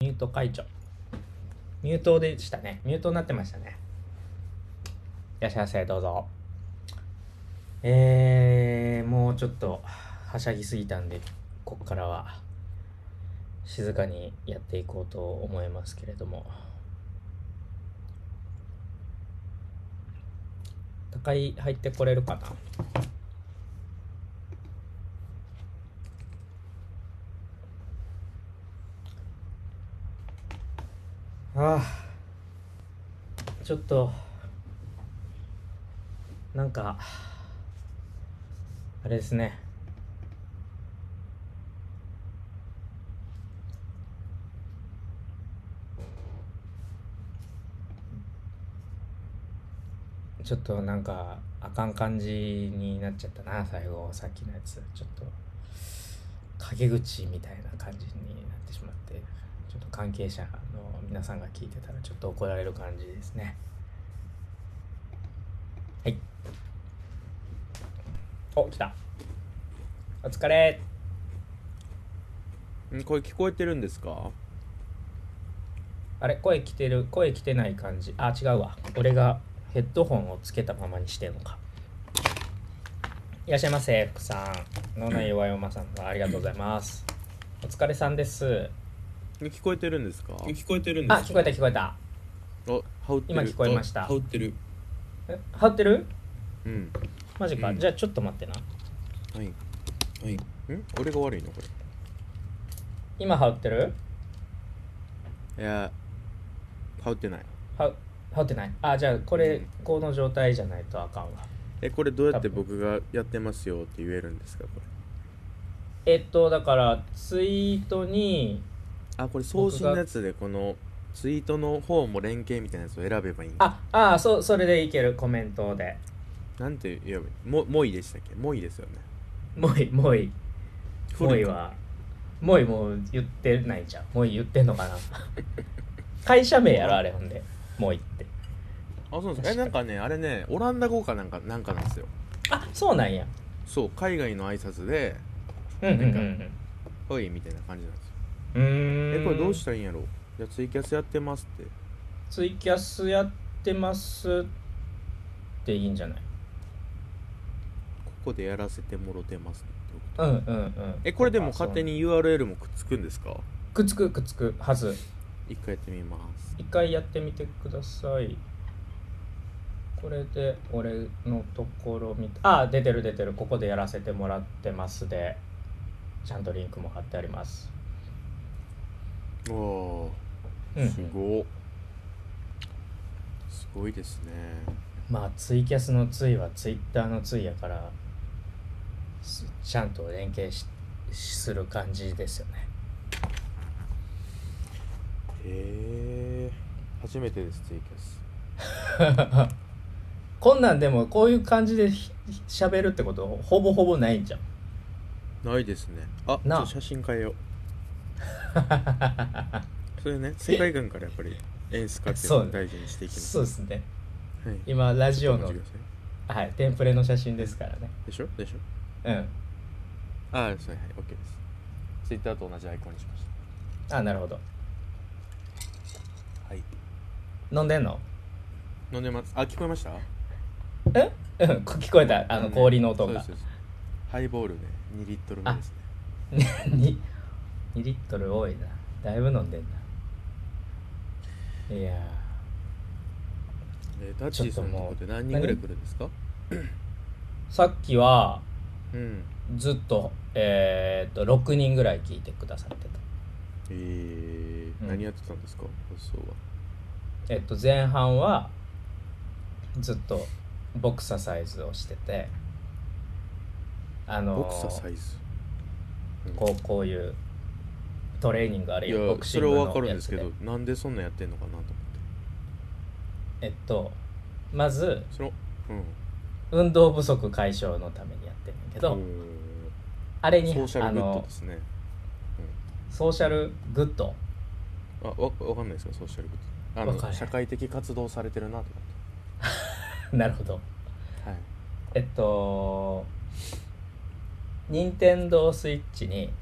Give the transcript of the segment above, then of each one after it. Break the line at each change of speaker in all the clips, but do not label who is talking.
ミュート解除。ミュートでしたね。ミュートになってましたね。いらっしゃいませ、どうぞ。えー、もうちょっと、はしゃぎすぎたんで、ここからは、静かにやっていこうと思いますけれども。高い入ってこれるかなああちょっとなんかあれですねちょっとなんかあかん感じになっちゃったな最後さっきのやつちょっと陰口みたいな感じになってしまってちょっと関係者の皆さんが聞いてたらちょっと怒られる感じですねはいお来たお疲れ
んこれ聞こえてるんですか
あれ声来てる声来てない感じあ違うわ俺がヘッドホンをつけたままにしてるのかいらっしゃいませ福さんのの弱いおまさんありがとうございますお疲れさんです
聞こえてるんですか
聞こえてるんで
あ
すか
聞こえた聞こえた
あ羽織ってる
今聞こえました
羽織ってる
え張ってる
うん
マジか、
うん
じゃあちょっと待ってな
はいん
はい
俺が悪いのこ
今羽織ってる
れいや羽織ってない
羽羽織ってないあじゃあこれ、
うん
この状態じゃないとあかんわ
えこれどうやって僕がやってますよって言えるんですかこれ
えっとだからツイートに
あこれ送信のやつでこのツイートの方も連携みたいなやつを選べばいい
ああそうそれでいけるコメントで
なんて言えばいいももいでしたっけもいですよね
もういいもういいもうい
古
い
か
はもういいもう言ってないじゃんもういい言ってんのか な会社名やろあれほんでもういいって
あそうなんですかえなんかねあれねオランダ語かなんかなんかなんですよ
あそうなんや
そう海外の挨拶で
うんうんうん
「おい」みたいな感じなんですよ
うんうーん
えこれどうしたらいいんやろじゃあツイキャスやってますって
ツイキャスやってますっていいんじゃない
ここでやらせてもろてますって
うんうんうん
えこれでも勝手
に
に URL もくっつくんですか
くっつくくっつくはず
一回やってみます
一回やってみてくださいこれで俺のところ見たあ出てる出てるここでやらせてもらってますでちゃんとリンクも貼ってあります、
お
うん、
すごっすごいですね
まあツイキャスのツイはツイッターのツイやからすちゃんと連携しする感じですよね
へえ初めてですツイキャス
こんなんでもこういう感じでひひ喋るってことほぼほぼないんじゃん
ないですねあちょ
なあ
っと写真 変えようそれね世界観からやっぱり演出家っていうのを大事にしていきます
そうですね
はい
今ラジオ
お
の
待ちください
はいテンプレの写真ですからね
でしょでしょ
うん
あはいはい OK ですツイッターと同じアイコンにしまし
あなるほど
たはい
飲んでんの
飲んでますあ聞こえました
うん 聞こえたあの
ね
氷の音
そうで
が
すそうですハイボールね2リットル目ですね
2リットル多いなだいぶ飲んでんないや
えー、ダッチーさんのとこって何人ぐらい来るんですか
ーさっきは
うん
ずっとえーっと6人ぐらい聞いてくださってた
えー
うん
何やってたんですか放送は
えっと前半はずっとボクササイズをしててあのー
ボクサーサイズ
こうこういうトレーニングある
い
いはボ
や
クシ
そ
ン
れ
グのや
は
つ
分かるんですけどなんでそんなんやってんのかなと思って
えっとまず
そのうん
運動不足解消のためにやってるんだけど、
おー
あれに
ソーシャルグ
あ
ッド
の
ですね
ソーシャルグッド
あわわかんないですかソーシャルグッドあ
わかんな
の
い
社会的活動されてるなと思っ
なるほど
てはい
えっと任天堂スイッチに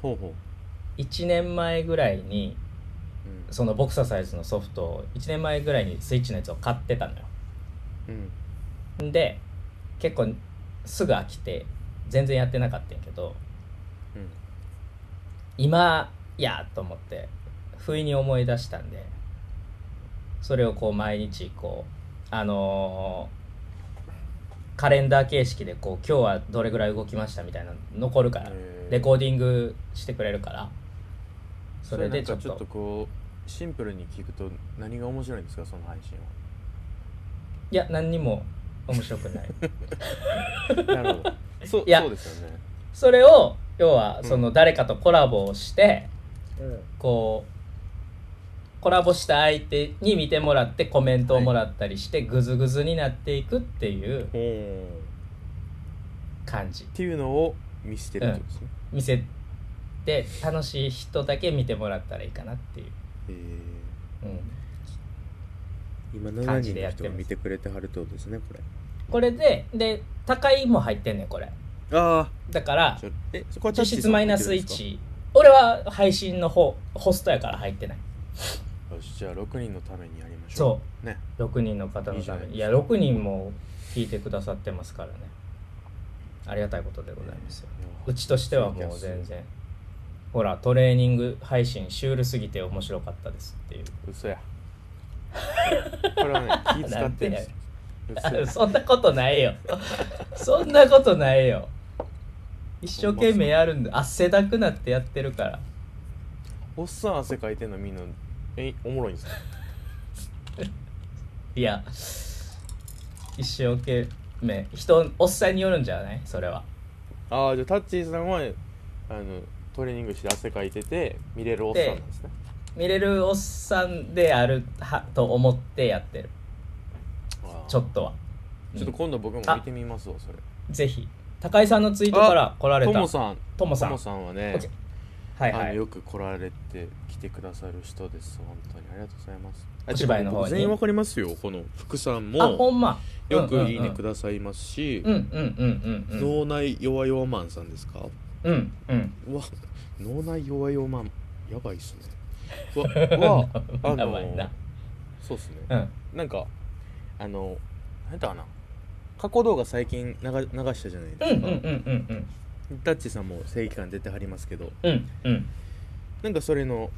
ほうほ
1年前ぐらいに
うん
そのボクササイズのソフトを1年前ぐらいにスイッチのやつを買ってたの
うん
よで結構すぐ飽きて全然やってなかったんやけど
うん
今やと思って不意に思い出したんでそれをこう毎日こうあのーカレンダー形式でこう今日はどれぐらい動きましたみたいなの残るから
へー
レコーディングしてくれるからそ
そ
れ
れ
で
で
ち
ち
ょ
ょ
っと
っとこうシンプルに聞くと何が面白いんですかその配信は
いや何にも面白くない
なるほどそう
いや
そうですよね
それを要は
ん
その誰かとコラボをして、こうコラボした相手に見てもらってコメントをもらったりして、グズグズになっていくっていう
ほう
感じ
っていうのを見せてるってことですね、
見せて楽しい人だけ見てもらったらいいかなっていう、うん、
え今
感じでやってます
てくれてはるってことですねこれ
これでで高いも入ってんねんこれ
あ
だから
あえそこは
実質マイナス
よ
1俺は配信の方ホストやから入ってない
しじゃあ6人のためにやりまし
そ
ょ
う
うね
6人の方のため
いい
にい
じゃ
や
ないですか
6人も聞いてくださってますからねありがたいことでございますよ
いや
うちとしてはもう全然ほらトレーニング配信シュールすぎて面白かったですっていう
嘘 やこれはね気使ってるんですよ嘘 や
そんなことないよ そんなことないよ一生懸命やるんだ汗だくなってやってるから
おっさん汗かいてんのみんなえおもろいんですか
いや一生懸命人おっさんによるんじゃないそれは
ああじゃあタッチーさんはあのトレーニングして汗かいてて見れるおっさんなんですね
見れるおっさんであるはと思ってやってる
あー
ちょっとは、
ちょっと
うん
今度僕も見てみますわそれ
ぜひ高井さんのツイートから来られ
と
た
もさん
ともさん
ともさんはね
OK はい
あ
は
の
い
よく来られて来てくださる人です本当にありがとうございます
お芝居の方に
僕全員わかりますよこの福さん
あほ
も
んま
よくいいねく
だ
ださいますし、
うんうんうんうんうん
脳内弱々マンさんですか
うんうん
うわ脳内弱々マンやばいっすね うわはあ
やばいな
のそうっすね、
うん
なんかあの何やったかな過去動画最近流流したじゃない
うん
です
うん
か、
うんうんうん
ダッチさんも正義感出てはりますけど
うんうん
なんかそれの、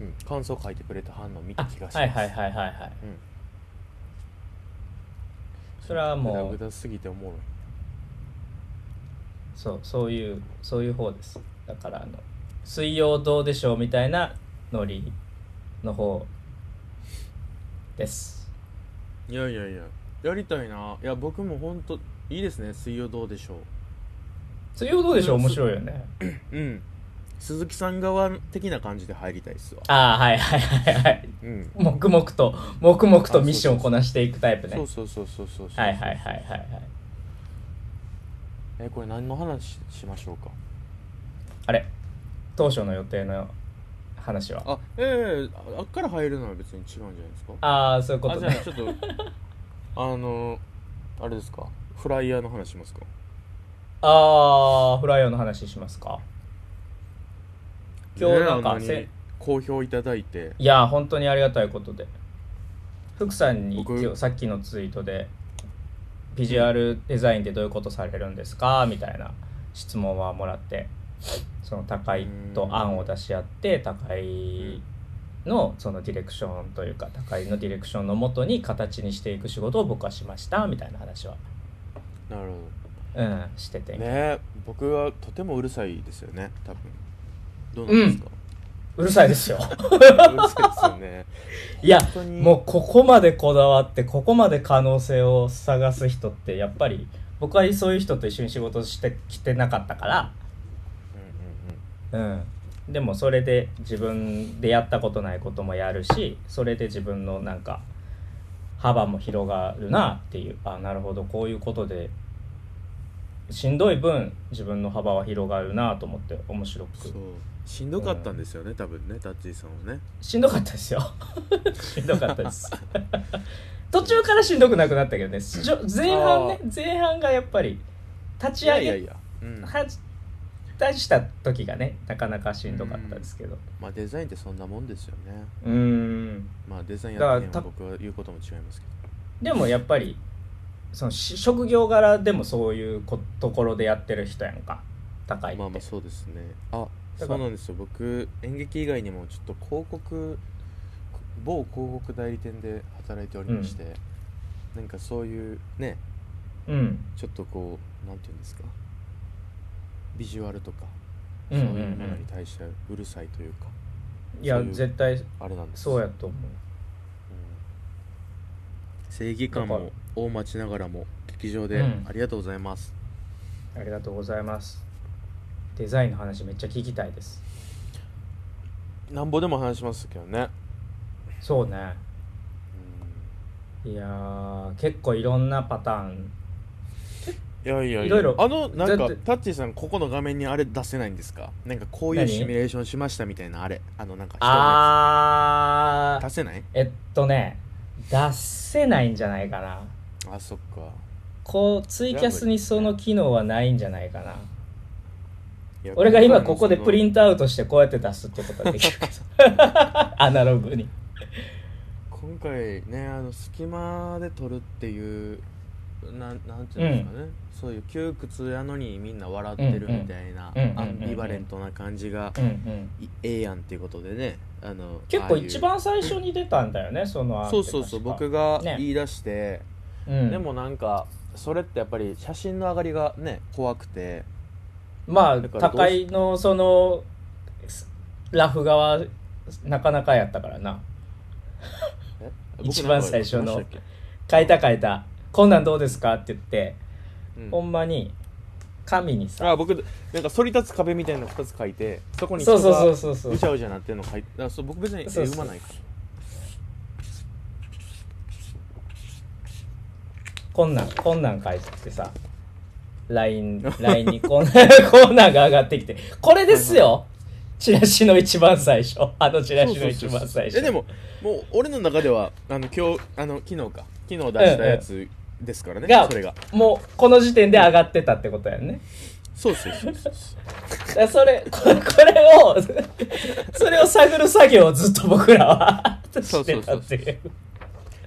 うん、感想書いてくれた反応見た
あ
気がします
はいはいはいはいはい
うん、
それはもう
グダグダすぎておもろい
そうそういうそういう方ですだからあの「水曜どうでしょう」みたいなノリの方です
いやいやいややりたいないや僕もほんといいですね水曜どうでしょ
水曜どうでしょう面白いよね
ううん鈴木さん側的な感じで入りたいっすわ
ああはいはいはいはい
うん
黙々と黙々とミッションをこなしていくタイプね
そうそうそうそうそうそう
はいはいはいはいはい
えこれ何の話しましょうか
あれ当初の予定の話は
あええああっから入るのは別に違うんじゃないですか
ああそういうこ
あ
と
じゃあ
ね
ちょっと あのあれですかフライヤーの話しますか
ああフライヤーの話しますか今日なん
ねえあ
か
に
せ
好評いただいて
いや本当にありがたいことで福さんに
僕
一応さっきのツイートでビジュアルデザインでどういうことされるんですかみたいな質問はもらってその高井と案を出し合って高井のそのディレクションというか高井のディレクションのもとに形にしていく仕事を僕はしましたみたいな話は、
なるほ
うん、してて、
どね僕はとてもうるさいですよね多分どうなんですか、
うるさいですよ
うるさいですよ ね
いや
本当に
もうここまでこだわってここまで可能性を探す人ってやっぱり僕はそういう人と一緒に仕事してきてなかったか
うん
ら、うん、でもそれで自分でやったことないこともやるしそれで自分のなんか幅も広がるなっていうあなるほどこういうことでしんどい分自分の幅は広がるなと思って面白
うんうん、そ
く
うしんどかったんですよね、多分ねタッチーさんはね
しんどかったですよ しんどかったです途中からしんどくなくなったけどねじょ前半ね前半がやっぱり立ち上げ
いやいやいや、うん、
はじ退した時がねなかなかしんどかったですけど
まあデザインってそんなもんですよね
うーん
まあデザインやってへん
だ
は
から
僕は言うことも違いますけ
でもやっぱりそのし職業柄でもそういうこところでやってる人やんか高いっ
ど
て、
まあまあそうですねあ
だ
そ
から
うなんですよ僕演劇以外にもちょっと広告某広告代理店で働いておりまして、なんかそういうね
うん
ちょっとこうなんていうんですかビジュアルとか
う
そ
ん
う
う
い
んうん
うものに対してうるさいというか、
いや
そういう
絶対
あれなんです
そうやと思う
うん正義感
だか
も大待ちながらも劇場で
うん
ありがとうございます、
ありがとうございますデザインの話めっちゃ聞きたいです
なんぼでも話しますけどね、
そうねいやー結構いろんなパターン
いやいやいや
いろいろ
あのなんか
だって
タッチーさんここの画面にあれ出せないんですかなんかこういう
何
シミュレーションしましたみたいなあれあのなんか人のや
あ
つ
ー
出せない
えっとね出せないんじゃないかな
あそっか
こうツイキャスにその機能はないんじゃないかない
や
俺が今ここでプリ
ン
ントアウトしてこうやって出すってことはでき るけどアナログに
今回ねあの隙間で撮るっていうなんなんていうんですかね、そういう窮屈やのにみんな笑ってるみたいな、
うんうんうんうんうん
アンビバレントな感じが
うんうん
いええやんっていうことでねあの
結
ああ
構
いう
一番最初に出たんだよねその案って
そうそうそう
確か
僕が
ね
言い出して、
うん
でもなんかそれってやっぱり写真の上がりがね怖くて
まあ
だからどう
高
し
井のそのすラフ側なかなかやったからな
え
一番最初の
僕なんか言いましたっ
書いた書いたこんなんどうですかって言って、
けうん
ほんまに紙にさ
あ僕なんか反り立つ壁みたいなの2つ書いてそこに人
そう
が
そうそうそうそう
うちゃうちゃなってるの書いてだからそう僕別に絵
そうそう
読まないから
こんなんこんなん書いててさ LINE, LINE にこんなこんなんが上がってきてこれですよチラシの一番最初あのチラシの一番最初
えでももう俺の中ではあの今日あの昨日か昨日出したやつですからね、
が
それが
もうこの時点で上がってたってことやんね
そうそうそうそう
だからそれここれを それを探る作業をずっと僕らは
そうそうそ
し
う
てたっていう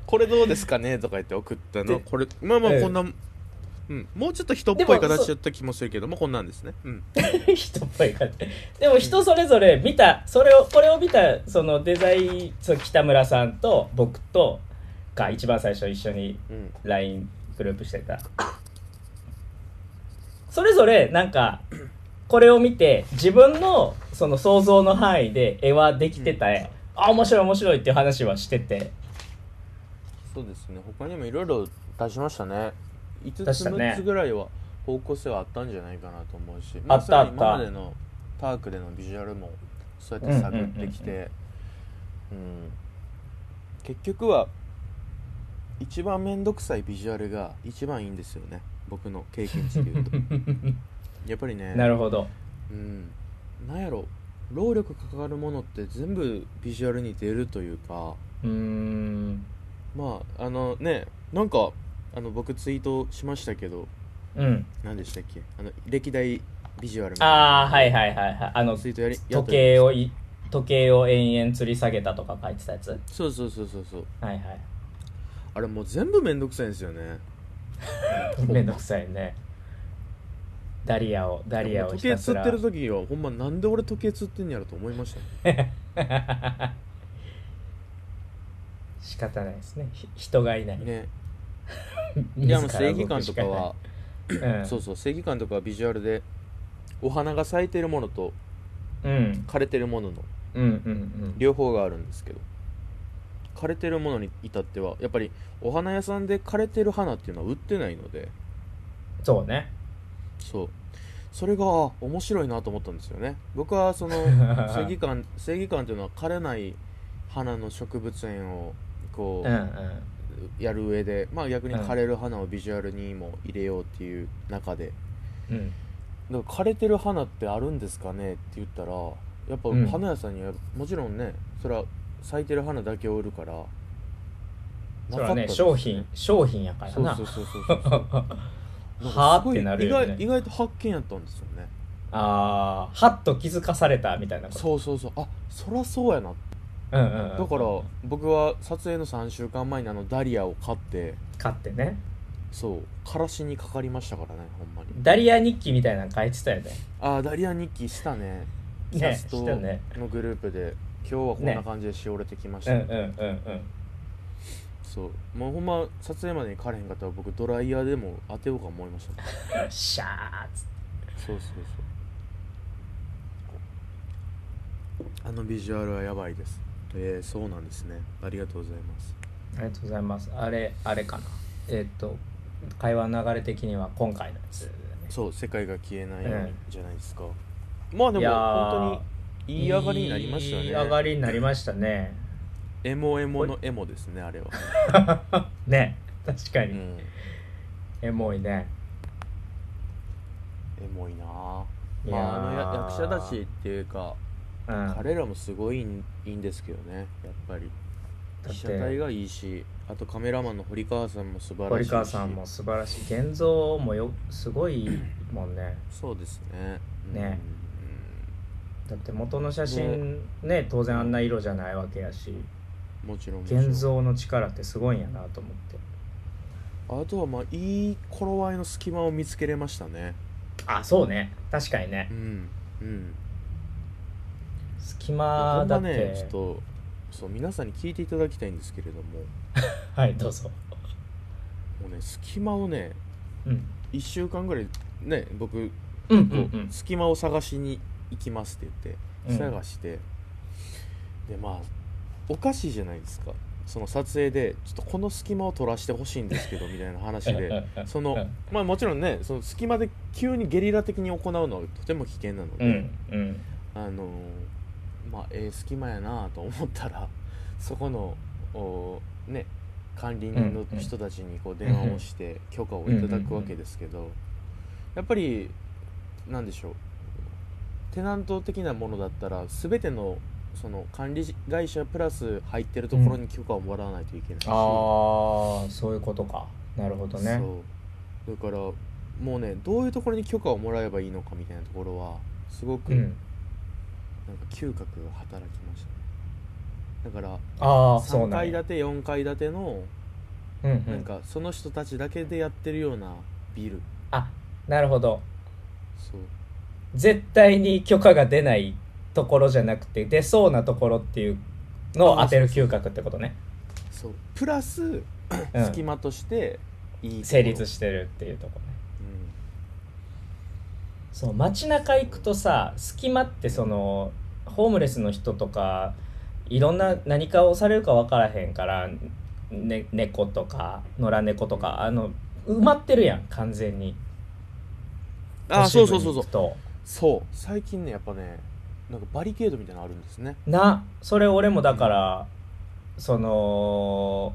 これどうですかねとか言って送った
で
のこれまあまあ
ええ
こんな、うん、もうちょっと人っぽい形だった気もするけどもこんなんですねうん
人っぽい感じでも人それぞれ見たそれをこれを見たそのデザインそう北村さんと僕とが一番最初一緒に
うん
LINE グループしてたそれぞれなんかこれを見て自分のその想像の範囲で絵はできてた絵、あ面白い面白いっていう話はしてて
そうですね他にもいろいろ出しましたね5つ
出したね
6つぐらいは方向性はあったんじゃないかなと思うし、ま
あったあ
さに
った
今までのタークでのビジュアルもそうやって探ってきてうん結局は一番面倒くさいビジュアルが一番いいんですよね僕の経験値で いうとやっぱりね
なるほど
うん、なんやろ労力かかるものって全部ビジュアルに出るというか
うーん
まああのねなんかあの僕ツイートしましたけど
うん
何でしたっけあの歴代ビジュアルみたいな
ああはいはいはいはいあの
ツイートやりやっ
時
と
計をい時計を延々吊り下げたとか書いてたやつはい
そうそうそうそうそう
はい
あれもう全部めんどくさいんですよね
めんどくさいねダリアをダリアを
時
ひ
計
たす
釣っ
ら
てる時はほんまなんで俺時計釣ってんやろと思いましたね
仕方ないですねひ人がいない
ねい
自
や
ら
あの正義感とかは
動くしかない、うん、
そうそう正義感とかはビジュアルでお花が咲いてるものと
うん
枯れてるものの
うんうん
両方があるんですけど枯れてるものに至ってはやっぱりお花屋さんで枯れてる花っていうのは売ってないので
うんそうね
そうそれがあ面白いなと思ったんですよね僕は その正義感正義感というのは枯れない花の植物園をこ
うんう
うんやる上で、まあ逆に
うん
枯れる花をビジュアルにも入れようっていう中で
うん
だから枯れてる花ってあるんですかねって言ったらやっぱ
うん
花屋さんにはもちろんねそれは咲いてる花だけを売るから
それはね
なかったです
商品商品やから
そう
な
そうそうそうそう
はあってなるよね
んかすごい意外意外と発見やったんですよね
ああはっと気づかされたみたいなこと
そうそうそうあそらそうやな
うんうんうん
だから僕は撮影の3週間前にあのダリアを買って
買ってね
そうからしにかかりましたからねほんまに
ダリア日記みたいなの書いてたよね
ああダリア日記したねキャ
ね
スト
したね
のグループで今日はこんな感じでしおれてきま
う
した、
んうんうん
そうもうほんま撮影までに行かれへんかったら僕ドライヤーでも当てようか思いましたね
うんシャーっつって
そうそうそうあのビジュアルはやばいですえー、そうなんですねありがとうございます
ありがとうございますあれあれかなえっと会話の流れ的には今回のやつだよね
そう世界が消えないよう
え
にじゃないですか、まあで
いや
も
ー
本当にいい上がりになりましたよね
いい上がりになりましたね
エモエモのエモですねあれは、
ね確か
う
に、
ん、
エモいね
エモいなあ
い
ま
やー
あ、あのや役者だしっていうか
うんだ
彼らもすごいんいいんですけどねやっぱり
っ
被写体
て
がいいしあとカメラマンの堀川さんも素晴らしい
堀
し
川さんも素晴らしい現像もよすごいもんね
そうですね
ねだって元の写真ね当然あんな色じゃないわけやし
うんもちろんもちろん
現像の力ってすごいんやなと思って
あとはまあいい頃合いの隙間を見つけれましたね
あそうね確かにね
うんうん
隙
ほ
間
ん
だ
ま
って、
ねちょっとそう皆さんに聞いていただきたいんですけれども
はいどうぞ
もうね隙間をね
うん
1週間ぐらいね僕
うんう
こうん隙間を探しに行きますって言って
うん
探して、でまあおかしいじゃないですかその撮影でちょっとこの隙間を取らしてほしいんですけどみたいな 話でそのまあもちろんねその隙間で急にゲリラ的に行うのはとても危険なの
う
で、
んうん
あのーまあええ隙間やなと思ったら そこのおね管理人の人たちにこう電話をして許可をいただくわけですけどやっぱりなんでしょうテナント的なものだったら全てのその管理会社プラス入ってるところに許可をもらわないといけないし、
ああそういうことかなるほどね
そうだからもうねどういうところに許可をもらえばいいのかみたいなところはすごく、
うん
なんか嗅覚が働きましたねだから
ああそう
3
なん
階
や
建て4階建ての
うんう
なん
ん
かその人たちだけでやってるようなビル
あなるほど
そう
絶対に許可が出ないところじゃなくて出そうなところっていうのを当てる嗅覚ってことね、
そうプラス
うん
隙間としていい
成立
し、
してるっていうところね
うん
そう街中行くとさ隙間ってそのホームレスの人とかいろんな何かをされるか分からへんから、ね、猫とか野良猫とかあの埋まってるやん完全に
あ
都
そ
市
う
部
そう
に行
そうそう
くと
そう最近ねやっぱねなんかバリケードみたいなのあるんですね
なそれ俺もだから、その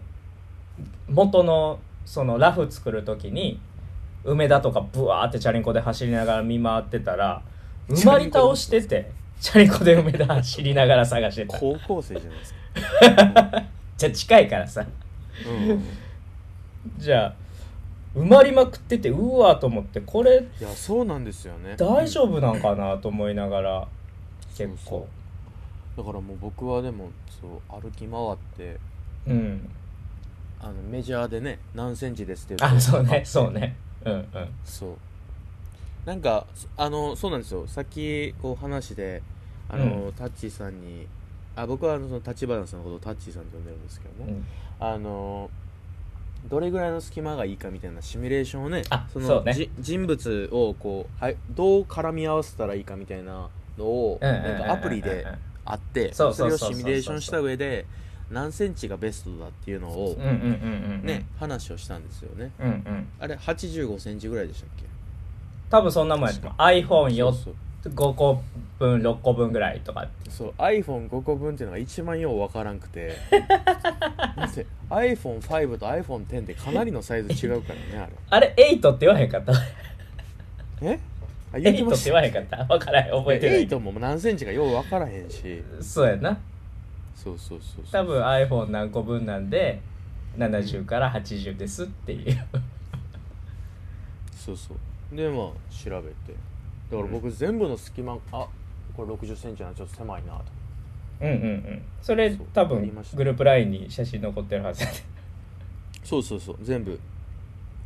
元のそのラフ作る時に梅田とかブワーってチャリンコで走りながら見回ってたら埋まり倒しててチャリンコで梅田走りながら探してた
高校生じゃないですか、
じゃあ近いからさ
うん うん、い
じゃあ埋まりまくっててうわーと思ってこれ
やそうなんですよね
大丈夫なんかなと思いながら
そう
結
そう
構
だからもう僕はでもそう歩き回って
うん
あのメジャーでね何センチですって言
あそう
あ
ねそうねうんうん
そうなんかそあのそうなんですよさっきこう話であの、タッチーさんにあ僕はあのその立花さんのことをタッチーさんと呼んでるんですけど
う
ね、
ん
あのどれぐらいの隙間がいいかみたいなシミュレーションをね
あ
その
そうね
じ人物をこう、はい、どう絡み合わせたらいいかみたいなのを
うんうんうんうん
なんかアプリであって
そ
そ
そ
うれ
うそ
を
うそう
シミュレーションした上で何センチがベストだっていうのを
うんうんうんうん
ね話をしたんですよね
うんうん
あれ8 5ンチぐらいでしたっけ
多分そんなもんやと思う iPhone5
そうそう
個分6個分ぐらいとかって
そう iPhone5 個分っていうのが一番よう分からん くてだって iPhone5 と iPhone10 ってかなりのサイズ違うからね
あれ8って言わへんかった
あれえあ言うて
8
ま
って
した
言わへんかった分からへん覚えてない
8も何センチかよう分からへんし
そうやな
そうそうそうそ
多
う
分 iPhone 何個分なんで70から80ですっていう
そうそうでまあ調べてだから僕全部の隙間あこれ6 0センチなのちょっと狭いなと
うんうんうんそれ
そう
多
あ
分
りました
グループラインに写真残ってるはず やで
そうそうそう全部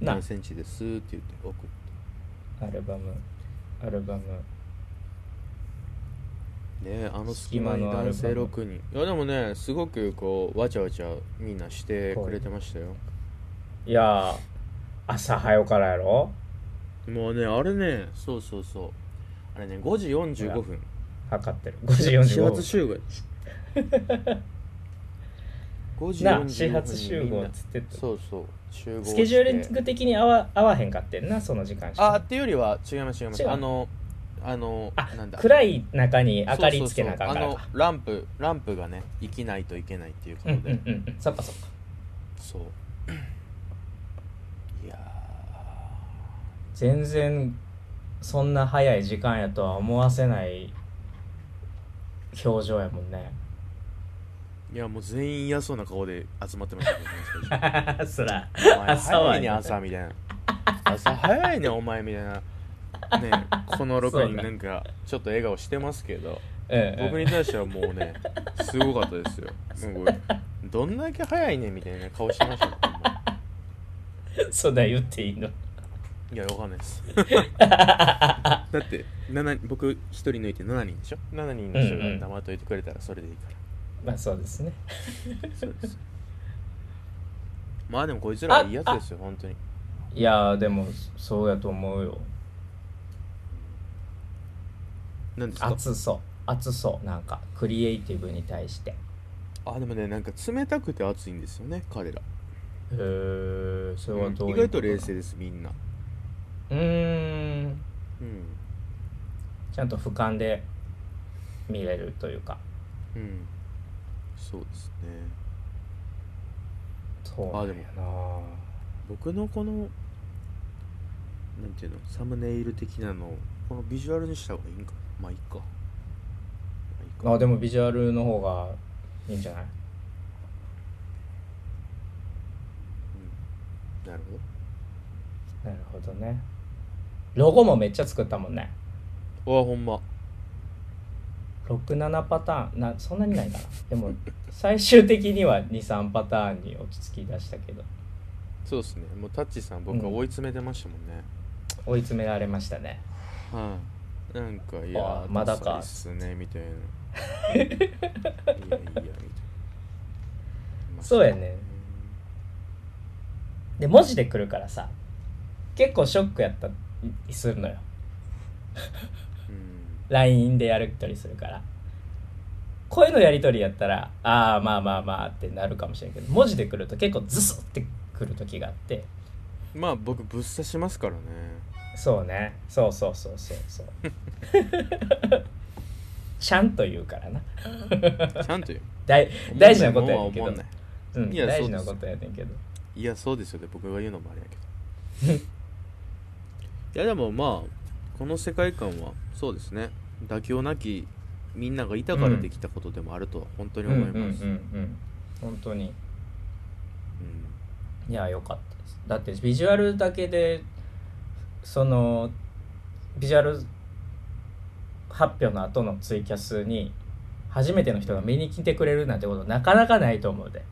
な
何センチですって言って送っ
アルバムアルバム
てねあの隙間に
隙間のある
男性6人いやでもねすごくこうわちゃわちゃみんなしてくれてましたよ
いやー朝早うからやろ
もうねあれねそうそうそうあれね5時45分
測ってる5時
始
45
発
分
集 合5時
な
45
始発集
分にみん
合
な
っつってた
そうそう集合して
スケジューリング的に合わ合わへんかってんなその時間しか
あっていうよりは違います違いま
違う
すあのあの
あ
なんだ
暗い中に明かりつけなあかんから
そうそうそうあのランプランプがね生きないといけないっていうこ
う
と
ん
で、
うんうんうんそっかそっか
そういや
全然そんな早い時間やとは思わせない表情やもんね
ーいやもう全員嫌そうな顔で集まってましたけどね最初
そら
お前
朝は
早いね朝みたいな朝早いねお前みたいなねこの6人なんかちょっと笑顔してますけど
うんうん
僕に対してはもうねすごかったですよもうどんだけ早いねみたいな顔してましたねほんま
そんなん言っていいの
いや、わかん ないです。だって、七人僕一人抜いて7人でしょ ?7 人の人
うんう
が
ん
黙っといてくれたらそれでいいから。
まあそうですね
そうです。まあでもこいつらはいいやつですよ、本当に。
いやーでもそうやと思うよ
なんですか
熱そう熱そうなんかクリエイティブに対してへ
あ、でもね、なんか冷たくて熱いんですよね、彼ら。
えそれ
う
は
ん
どうい
意
う
外と冷
こ
静です、みんな。
とうーん
うん。
ちゃんと俯瞰で見れるというか
うん。そうですね。
そう
あ
なん
で
や
も
な
僕のこの、なんていうの、サムネイル的なのを、このビジュアルにした方がいいんか。まあいいか。まあいいか
あでもビジュアルの方がいいんじゃない
なるほど。
なるほどねロゴもめっちゃ作ったもんね
うわほんま
67パターンなそんなにないかなでも最終的には23パターンに落ち着き出したけど
そうですねもうタッチさん僕は追い詰めてましたもんね、
追い詰められましたね
はいなんかい
あ
や
まだか
ダサいっすねみ たいないやいやみたいな
そうやねで文字で来るからさ結構ショックやったりするのよ
うん
LINE でやり取りするから声のやり取りやったらああまあまあまあってなるかもしれんけど文字で来ると結構ズスってくる時があって
まあ僕ぶっ刺しますからね
そうねそうそうそうそうそう ちゃんと言うからな
ちゃんと言う
大 大事なことやねんけ
思
ど
わない
うん、
いや
大
そうです
事なことやねんけど
いやそうですよね僕が言うのもあれやけど いやでもまあこの世界観はそうですね妥協なきみんながいたからできたことでもあるとは本当に
うんうんう
思い
んう
ます、
ん本当に
うん
いや良かったですだってビジュアルだけでそのビジュアル発表の後のツイキャスに初めての人が見に来てくれるなんてことなかなかないと思うで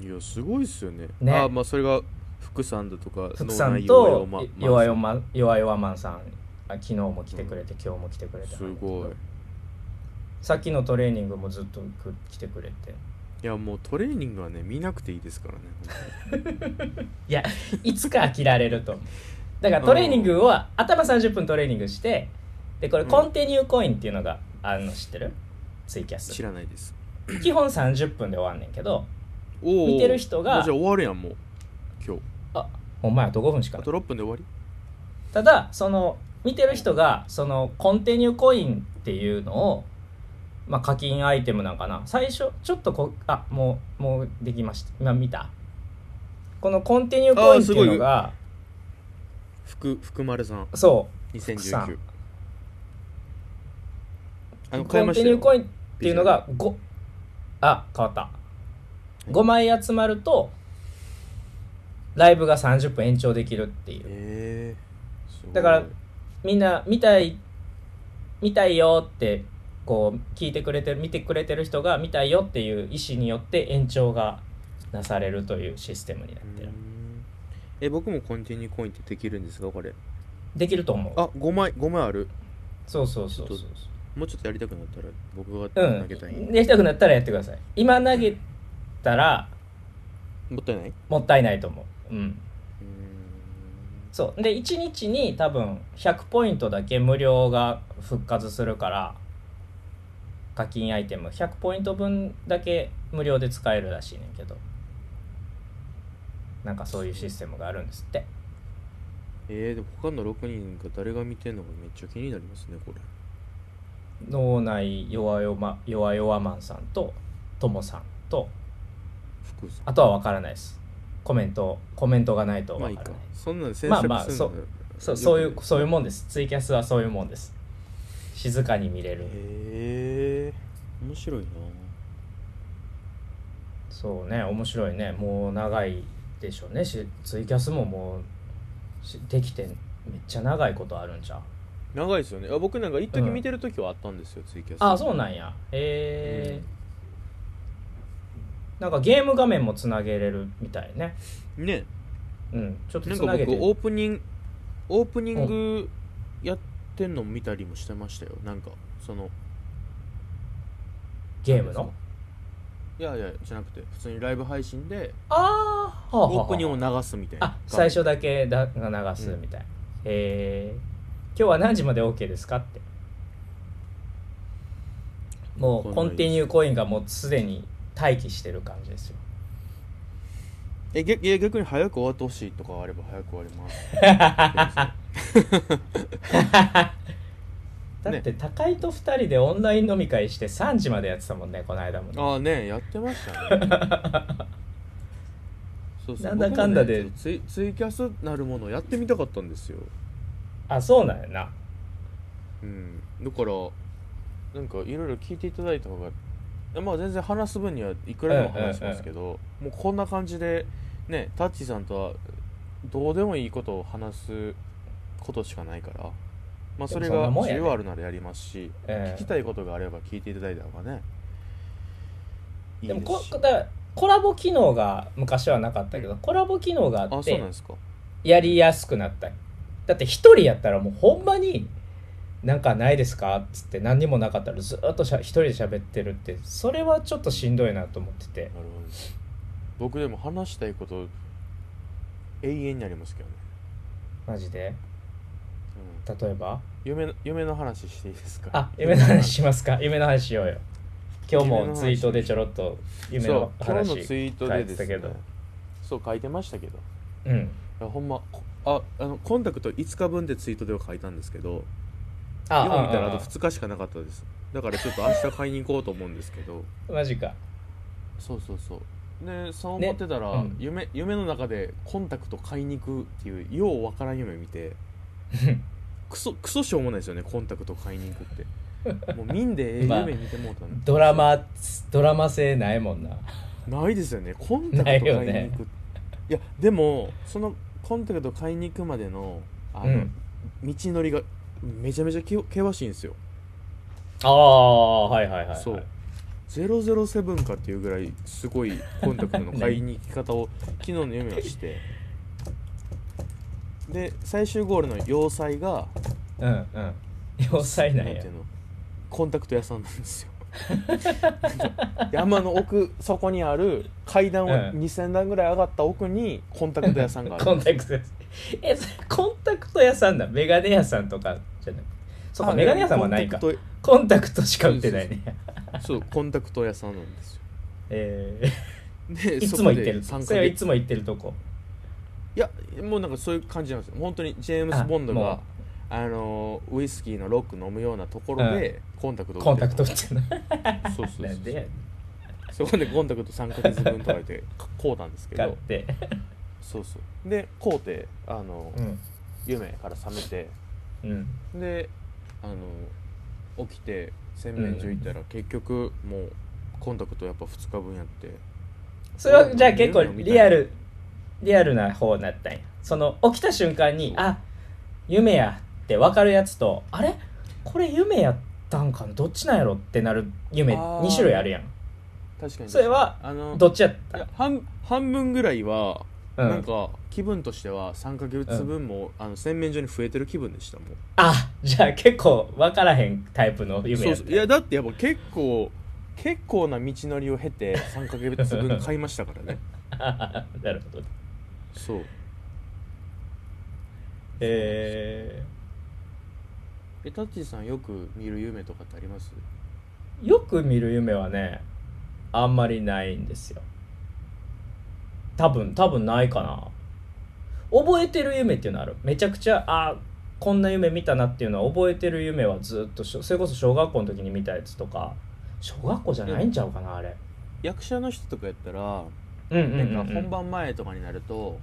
いやすごいっすよね
ね
あまあそれが福さんだとか
福さん
脳
と
内
い弱
弱い
々
おま
マン弱々マンさんあ昨日も来てくれて、今日も来てくれて
すごい
さっきのトレーニングもずっとく来てくれて
いやもうトレーニングはね見なくていいですからね
いやいつか飽きられると思うだからトレーニングは頭30分トレーニングしてでこれ
うん
コンティニューコインっていうのがあるの知ってるツイキャ
知
ス
らないです
基本30分で終わんねんけど
おーおー
見てる人が
もうじゃあ終わるやんもう今日
あほんまやあと5分しか
あ
ない
と6分で終わり
ただその見てる人がそのコンティニューコインっていうのをまあ課金アイテムなんかな最初ちょっとこあもうもうできました今見たこのコンティニューコインっていうのが
福福丸さん
そう福さ
2019
ん
あの
コ
買い
ン
ま
ティ
した
ニューコイ
よ
ンっていうのが5あ変わった5枚集まるとライブが30分延長できるっていう
えーすごい
だからみんな見たい見たいよってこう聞いてくれてる見てくれてる人が見たいよっていう意思によって延長がなされるというシステムになってる、
え僕もコンティニューコインってできるんですかこれ
できると思う
あ5枚5枚ある
そうそうそうそう
ちょもうちょっとやりたくなったら僕
う
が
ん
投げたい、
やりたくなったらやってください今投げたら
もったいない
もったいないと思ううん
うん
そうで1日に多分100ポイントだけ無料が復活するから課金アイテム100ポイント分だけ無料で使えるらしいねんけどなんかそういうシステムがあるんですって
えー、でも他の6人が誰が見てんのかめっちゃ気になりますねこれ
脳内弱々ま弱々マンさんとともさんと
福さん
あとは分からないですコメントコメントがないと分か
まあ
ら
いい
ない
かそんなん詮
まあ
索
まあ
するの
そうそうい
よ
う
くない
そういうもんですツイキャスはそういうもんです静かに見れる
へえ面白いな
そうね面白いねもう長いでしょうねしツイキャスももうしできてめっちゃ長いことあるんじゃう
長いですよねあ僕なんか一時
うん
見てる時はあったんですよ、ツイキャス
あそうなんやへえ、なんかゲーム画面もつなげれるみたいね
ね
うんちょっと
なん
つ
か
なげ
僕
て
オープニングオープニングやってんの見たりもしてましたよなんかその
ゲームの
いやいやじゃなくて普通にライブ配信で
ああ、はあはあはあ
オープニングを流すみたいな
あ最初だけだが流すみたいな、えー今日は何時まで OK ですかってもうコンティニューコインがもうすでに待機してる感じですよ
えげえ逆に早く終わってほしいとかあれば早く終わります
だって高井と2人でオンライン飲み会して3時までやってたもんねこの間もね
ああねやってました ねそう
なんだかんだで
僕もねツイツイキャスなるものやってみたかったんですよ
あそうなんやな
うんだからなんかいろいろ聞いていただいた方がえまあ全然話す分にはいくらでも話しますけど、もうこんな感じでねタッチさんとはどうでもいいことを話すことしかないからまあそれ
でもそ
が
んなもんや
需
ね
要あるならやりますし、
え
聞
え
きたいことがあれば聞いていただいた方がねいい
で
です
も
し
こだからコラボ機能が昔はなかったけどコラボ機能があ
あ
っ
そう
て
なんですか
やりやすくなっただって一人やったらもうほんまに「なんかないですか?」っつって何にもなかったらずーっとしゃ一人で喋ってるってそれはちょっとしんどいなと思ってて
なるほど僕でも話したいこと永遠にありますけどね、
マジで
うん、
例えば
夢の夢の話していいですか
あ夢の話しますか夢の話しようよ今日もツイートでちょろっと夢の
そう今
話
日のツイートでです
書いて
ね
たけど
そう書いてましたけどい
うん
やほんまこああのコンタクト5日分でツイートでは書いたんですけど
あ
今見たらあ
あ
と2日しかなかったですだからちょっと明日買いに行こうと思うんですけど
あマジか
そうそうそうでそう思ってたら、
ねうん
夢夢の中でコンタクト買いに行くっていうようわからん夢 見てクソクソしょうもないですよねコンタクト買いに行 くってもう見んでええ
まあ
夢見てもうたんで
ドラマドラマ性ないもんな
ないですよねコンタクト買いに行く、
ないよね
いやでもそのコンタクト買いに行くまでのあの、
うん
道のりがめちゃめちゃけ険しいんですよ、
ああはいはいはい、はい、
そう007かっていうぐらいすごいコンタクトの買いに行き方 を昨日の夢をしてで最終ゴールの要塞が
うんうん要塞なん
なん
や
ていうのコンタクト屋さんなんですよ 山の奥底にある階段を
うん
2000段ぐらい上がった奥にコンタクト屋さんがある
コンタクト屋さんえそれコンタクト屋さんだメガネ屋さんとかじゃなくてそうか
あ
メガネ屋さんはないか
コンタ
コンタクトしか売ってないね
クトそうコンタクト屋さんなんですよ
え
で
ーい
そ
つ
こ
も
で
行ってる
三
そ
ヶ
れはい
月
つも行ってるとこ
いやもうなんかそういう感じなんですよ本当にジェーム
あ
ズ・ボンド
も
が
う
あのーウイスキーのロック飲むようなところでコンタクトを
コ
売っ
ン
て
タ
る
クト売ってる
そうそう
な
そ
んでや
う
ねん
そこでコンタクト3ヶ月分取られてこうたんですけ
買っ
ど
て
そうそうでこうてあのー
うん
夢から覚めて
うん
であの起きて洗面所行ったら結局もうコンタクトやっぱ2日分やって
それはじゃあ結構リアルリアルな方になったんやその起きた瞬間に
そう
あ夢やって分かるやつとあれこれ夢やったんかなどっちなんやろってなる夢
あー
2種類あるやん
確かに
それは
あの
どっちやっ
いや
た
半半分ぐらいは、
うん
なんか気分としては3ヶ月分も、あの洗面所に増えてる気分でしたもん
あじゃあ結構分からへんタイプの夢や
そう
った
そういやだってやっぱ結構結構な道のりを経て3ヶ月分買いましたから ね
なるほど
そう
え
えタッチさんよく見る夢とかってあります
ー、よく見る夢はねあんまりないんですよ多分多分ないかな覚えてる夢っていうのあるめちゃくちゃあこんな夢見たなっていうのは覚えてる夢はずっとしょそれこそ小学校の時に見たやつとか小学校じゃないんちゃうかなあれ
役者の人とかやったら、
うんうんうん、う
なんか本
ん、
番前とかになると、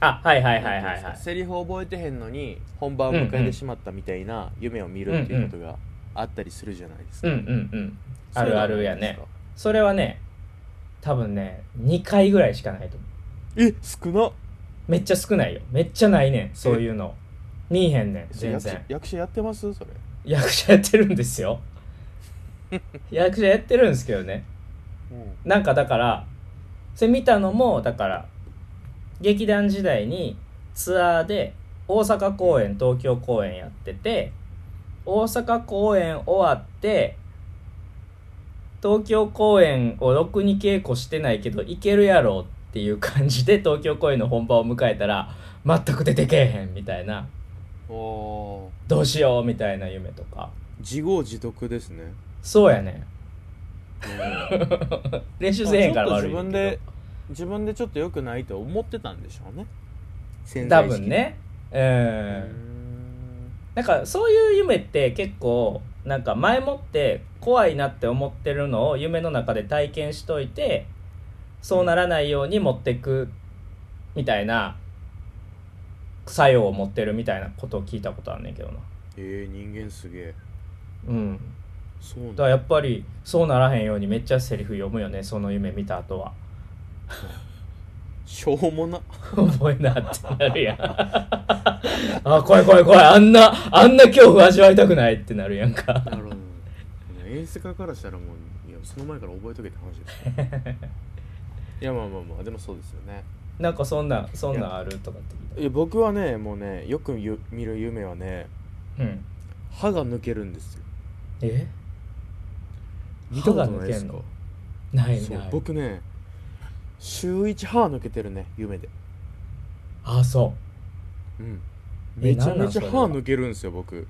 あはいはいはい
なんて
は
うん
い
です
は
か
い
セリフ覚えてへんのに本番を迎えてしまったみたいな夢を見るっていうことがあったりするじゃないです
う
か、
んうんうん
そう
あ
いうの
る
は
あるや
ないで
ね
すか
それはね多分ね2回ぐらいしかないと思
え少な
うめっちゃ少ないよめっちゃないねんそういうの見えへんねん
それ
全
役者
然
役者やってますそれ
役者やってるんです よ役者やってるんですけどね
うん
なんかだからそれ見たのもだから劇団時代にツアーで大阪公演東京公演やってて大阪公演終わって東京公演をろくに稽古してないけどいけるやろうっていう感じで東京公演の本番を迎えたら全く出てけえへんみたいな
おー
どうしようみたいな夢とか
自業自得ですね、
そうやね
うん
練習せえへんから
まあち
悪
ょっ
いね
と
んけど
自分で自分でちょっと良くないと思ってたんでしょうね潜
多
在意識
分ねう
うんん
なんかそういう夢って結構なんか前もって怖いなって思ってるのを夢の中で体験しといてそうならないように持っていくみたいな作用を持ってるみたいなことを聞いたことあんねんけどな
えー、人間すげえ
うん
そうなん
だからやっぱりそうならへんようにめっちゃセリフ読むよねその夢見た後は
しょうもな
覚えなってなるやん あ怖い怖い怖いあんなあんな恐怖味わいたくないってなるやんか
なるほど 演出家からしたらもういやその前から覚えとけって話ですね いやまあまあまあでもそうですよね
なんかそんなそんなんあるとかって聞い
いや僕はねもうねよくゆ見る夢はね
たうん
歯が抜けるんですよ
え
見たことないですか
歯が抜ない
そう
ない
僕ね週一歯抜けてるね夢で
あそ
うん
え
めちゃめち
な
ゃ
んなんそれは
歯抜けるんですよ僕
う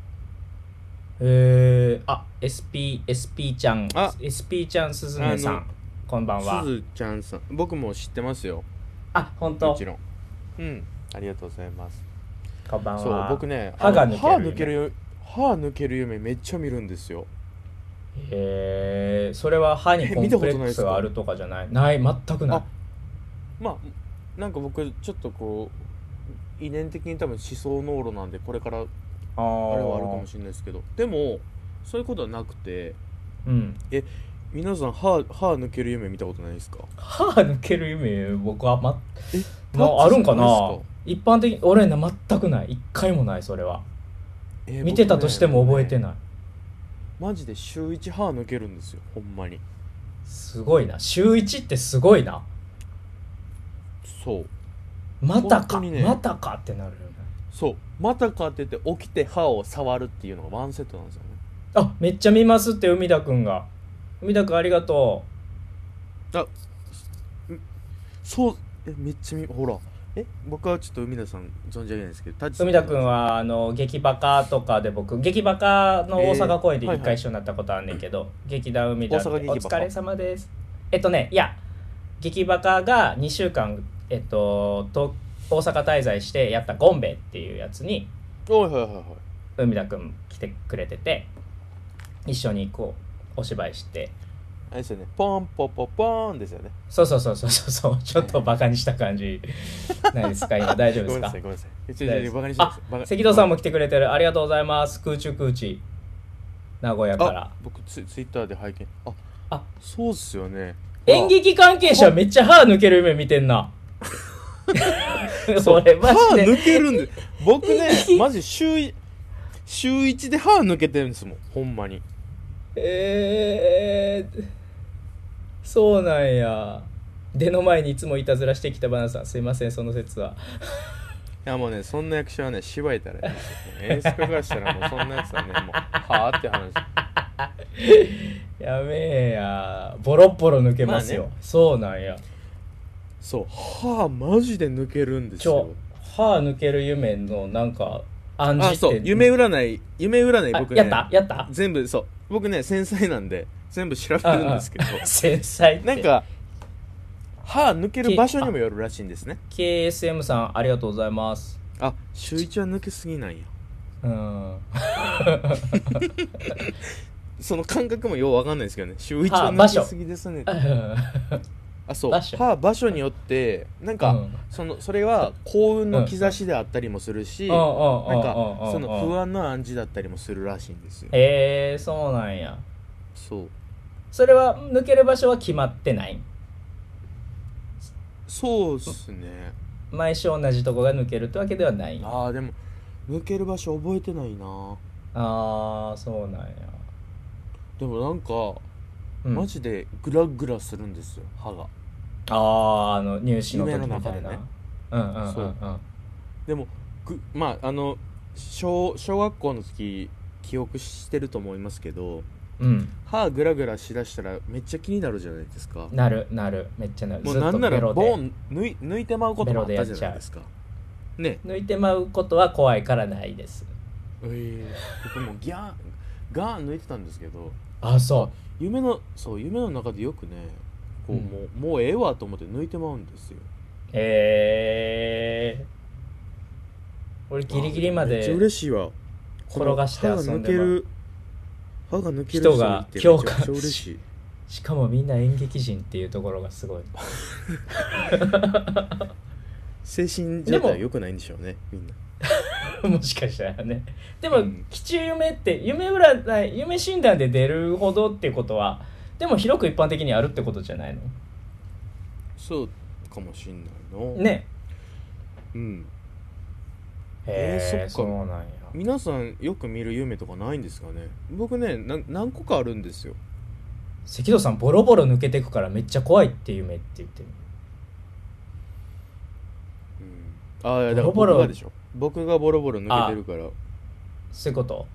えー、あ SP, SP ちゃん
あ
SP ちゃんすずめさ
あの
んこんばんは
すずちゃんさん僕も知ってますよ
あ本当
もちろんうんありがとうございます
こんばんは
そう僕ね
歯が抜ける
あの歯抜けるよ歯抜ける夢めっちゃ見るんですよ
えー、それは歯に
え
コン
見たこ
プ
とな
レック
いです
ス
か
があるとかじゃないない全くない
あまあなんか僕ちょっとこう遺伝的に多分思想脳路なんでこれからあれ
あ
はあるかも
し
しれないですけどでもそういうことはなくて
れない、うん、
皆さん歯歯抜ける夢見たことないですか
歯抜ける夢僕はま
え
まああるんかな
タッチさんですか
一般的に俺ね全くない一回もないそれは
えー
見てたとしても覚えて
僕ね
ない、
マジで週一歯抜けるんですよほんまに
すごいな週一ってすごいな
そう
またか、
本当にね
またかってなるよね
そうまたかって言って起きて歯を触るっていうのがワンセットなんですよね
あめっちゃ見ますって海田くんが海田くんありがと
そうえめっちゃ見ほらえ僕はちょっと海田さん存じ上げないですけどタッチ
う
さ
海田くんはあの劇バカとかで僕劇バカの大阪公演で
えーはい
一
はい
回一緒になったことあんねんけど、劇団海田で
大阪劇
お
バカ
疲れ様ですえっとねいや劇バカが2週間えっとと大阪滞在してやったゴンベイっていうやつに
はいはいはいはい
海田くん来てくれてて一緒にこうお芝居して
あれですよねポンポポポーンですよね
そうそうそうそうそうそうちょっとバカにした感じないですか今大丈夫です
ごめんな
か
さいごめんなさいち
大丈
ょち
夫
ょ
で
ち
す
ょバカにしてま
あ
すバカ
関戸さんも来てくれてるありがとうございます空中空地名古屋から
あ僕ツイツイッターで拝見あ
あ
そうっすよね
演劇関係者めっちゃ歯抜ける夢見てんなそれマ
歯
ジで
抜けるんで僕ねマジ週一週1で歯抜けてるんですもんほんまに
えー、そうなんや出の前にいつもいたずらしてきたバナナさんすいませんその説はい
やもうねそんな役者はね芝居たらいいですよ、ね、演出家からしたらもうそんなやつはねもうはあって話
やべえやボロッボロ抜けますよ、
まあ
そうなんや
そう歯マジで抜けるんです
ちょ
よ
歯抜ける夢のなんか暗示
あ
って
そう夢占い夢占い
あ
僕ね
やったやった
全部そう僕ね繊細なんで全部調べるんですけど
ああ 繊細って
なんか歯抜ける場所にもよるらしいんですね
KSM さんありがとうございます
あ週一は抜けすぎないや
うん
その感覚もようわかんないですけどね週一
歯
は
場
抜
所
けすぎですね
う
あそう
場所
歯場所によってなんか、
うん
そのそれは幸運の兆しであったりもする し、
んうん
なんか
うんうんうん
その不安の暗示だったりもするらしいんですよ
へえそうなんや
そう
それは抜ける場所は決まってない
そうっすね
毎週同じとこが抜けるってわけではないあ
あーでも抜ける場所覚えてないな
あーそうなんや、
でもなんか、
うん
マジでグラグラするんですよ歯が
あああの入試の時みたい
夢の中
な
でね
うんうんうんう
そうんでもぐまああの小小学校の時記憶してると思いますけど
うん
歯グラグラしだしたらめっちゃ気になるじゃないですか
なるなるめっちゃなる
もう
ずっ
なん
と
な
ベ
ら
ロ
ボ
で
ン抜い抜いてまうこともあったじゃないですかね
抜いてまうことは怖いからないです
え僕もギャーンガーン抜いてたんですけど
あそ
夢のそう夢の中でよくねこう、
うん
もうもうええわと思って抜いてまうんですよ
うへえ俺ギリギリま
めっち
で
ゃ嬉しいわ
転がして遊んで
歯が抜け
ま
る歯が抜ける
人が
いてめ
共
ちゃく
感
ちゃ嬉しい
しかもみんな演劇人っていうところがすごい
精神状態は良くないんでしょうねみんな
もしかしたらねでも
うん
吉中夢って夢占い夢診断で出るほどってことはでも広く一般的にあるってことじゃないの
そうかもしんないの
ね
うん
へえ
えーそっか
うなんや
皆さんよく見る夢とかないんですかね僕ねなん何個かあるんですよ
関戸さんボロボロ抜けてくからめっちゃ怖いって夢って言ってる
うんああだから
ボロボロ
僕がでしょ僕がボロボロ抜けてるから
そういうこと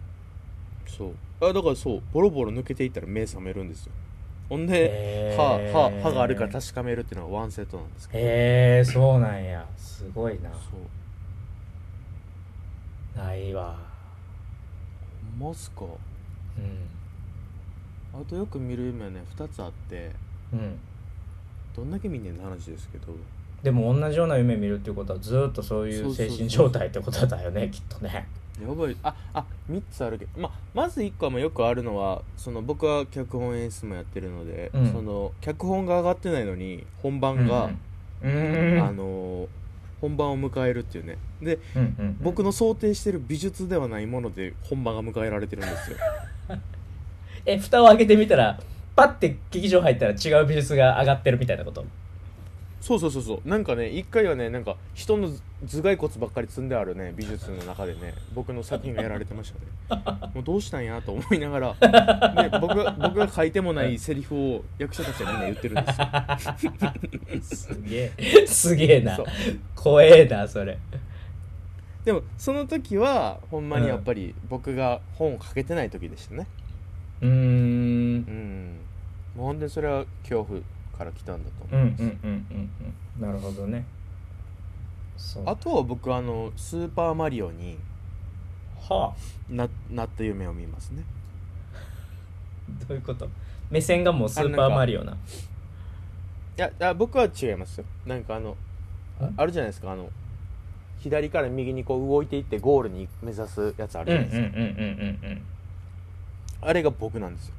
そうあだからそうボロボロ抜けていったら目覚めるんですよほんで
へえ
歯歯歯があるから確かめるっていうのがワンセットなんですけど
へえそうなんやすごいな
そう
ないわ
マス
う
かあとよく見る夢はね2つあって
んうん
どんだけ見んねんの話ですけど
でも同じような夢見るっていうことはずーっとそういう精神状態ってことだよねきっとね
やばいああ3つあるけど、ま、まず1個はもうよくあるのはその僕は脚本演出もやってるので、
うん
その脚本が上がってないのに本番が、
うんうん
あのー本番を迎えるっていうねで
うんうんうん
僕の想定してる美術ではないもので本番が迎えられてるん ですよ
え蓋を開けてみたらパッて劇場入ったら違う美術が上がってるみたいなこと
そうそうそうそうなんかね1回はねなんか人の頭蓋骨ばっかり積んであるね美術の中でね僕の作品がやられてました ねもうどうしたんやと思いながら、で僕が僕が書いてもないセリフを役者たちはみんな言ってる んですよ
すげ えすげえな
そう
怖えなそれ
でもその時はほんまにやっぱり僕が本を書けてない時でしたね
うーん
うんもうほんでそれは恐怖から来たんだと思
う
う
う
ん
んうんうんうんなるほどねそう
あとは僕あの「スーパーマリオ」に
はあ
ななった夢を見ますね
どういうこと目線がもうスーパーマリオない
やいや僕は違いますよなんかあのあ
ん
あるじゃないですかあの左から右にこう動いていってゴールに目指すやつある
う
じ
ん
ゃ
うん
な
う
い
ん
で
うん
すか、
うんうん
あれが僕なんですよ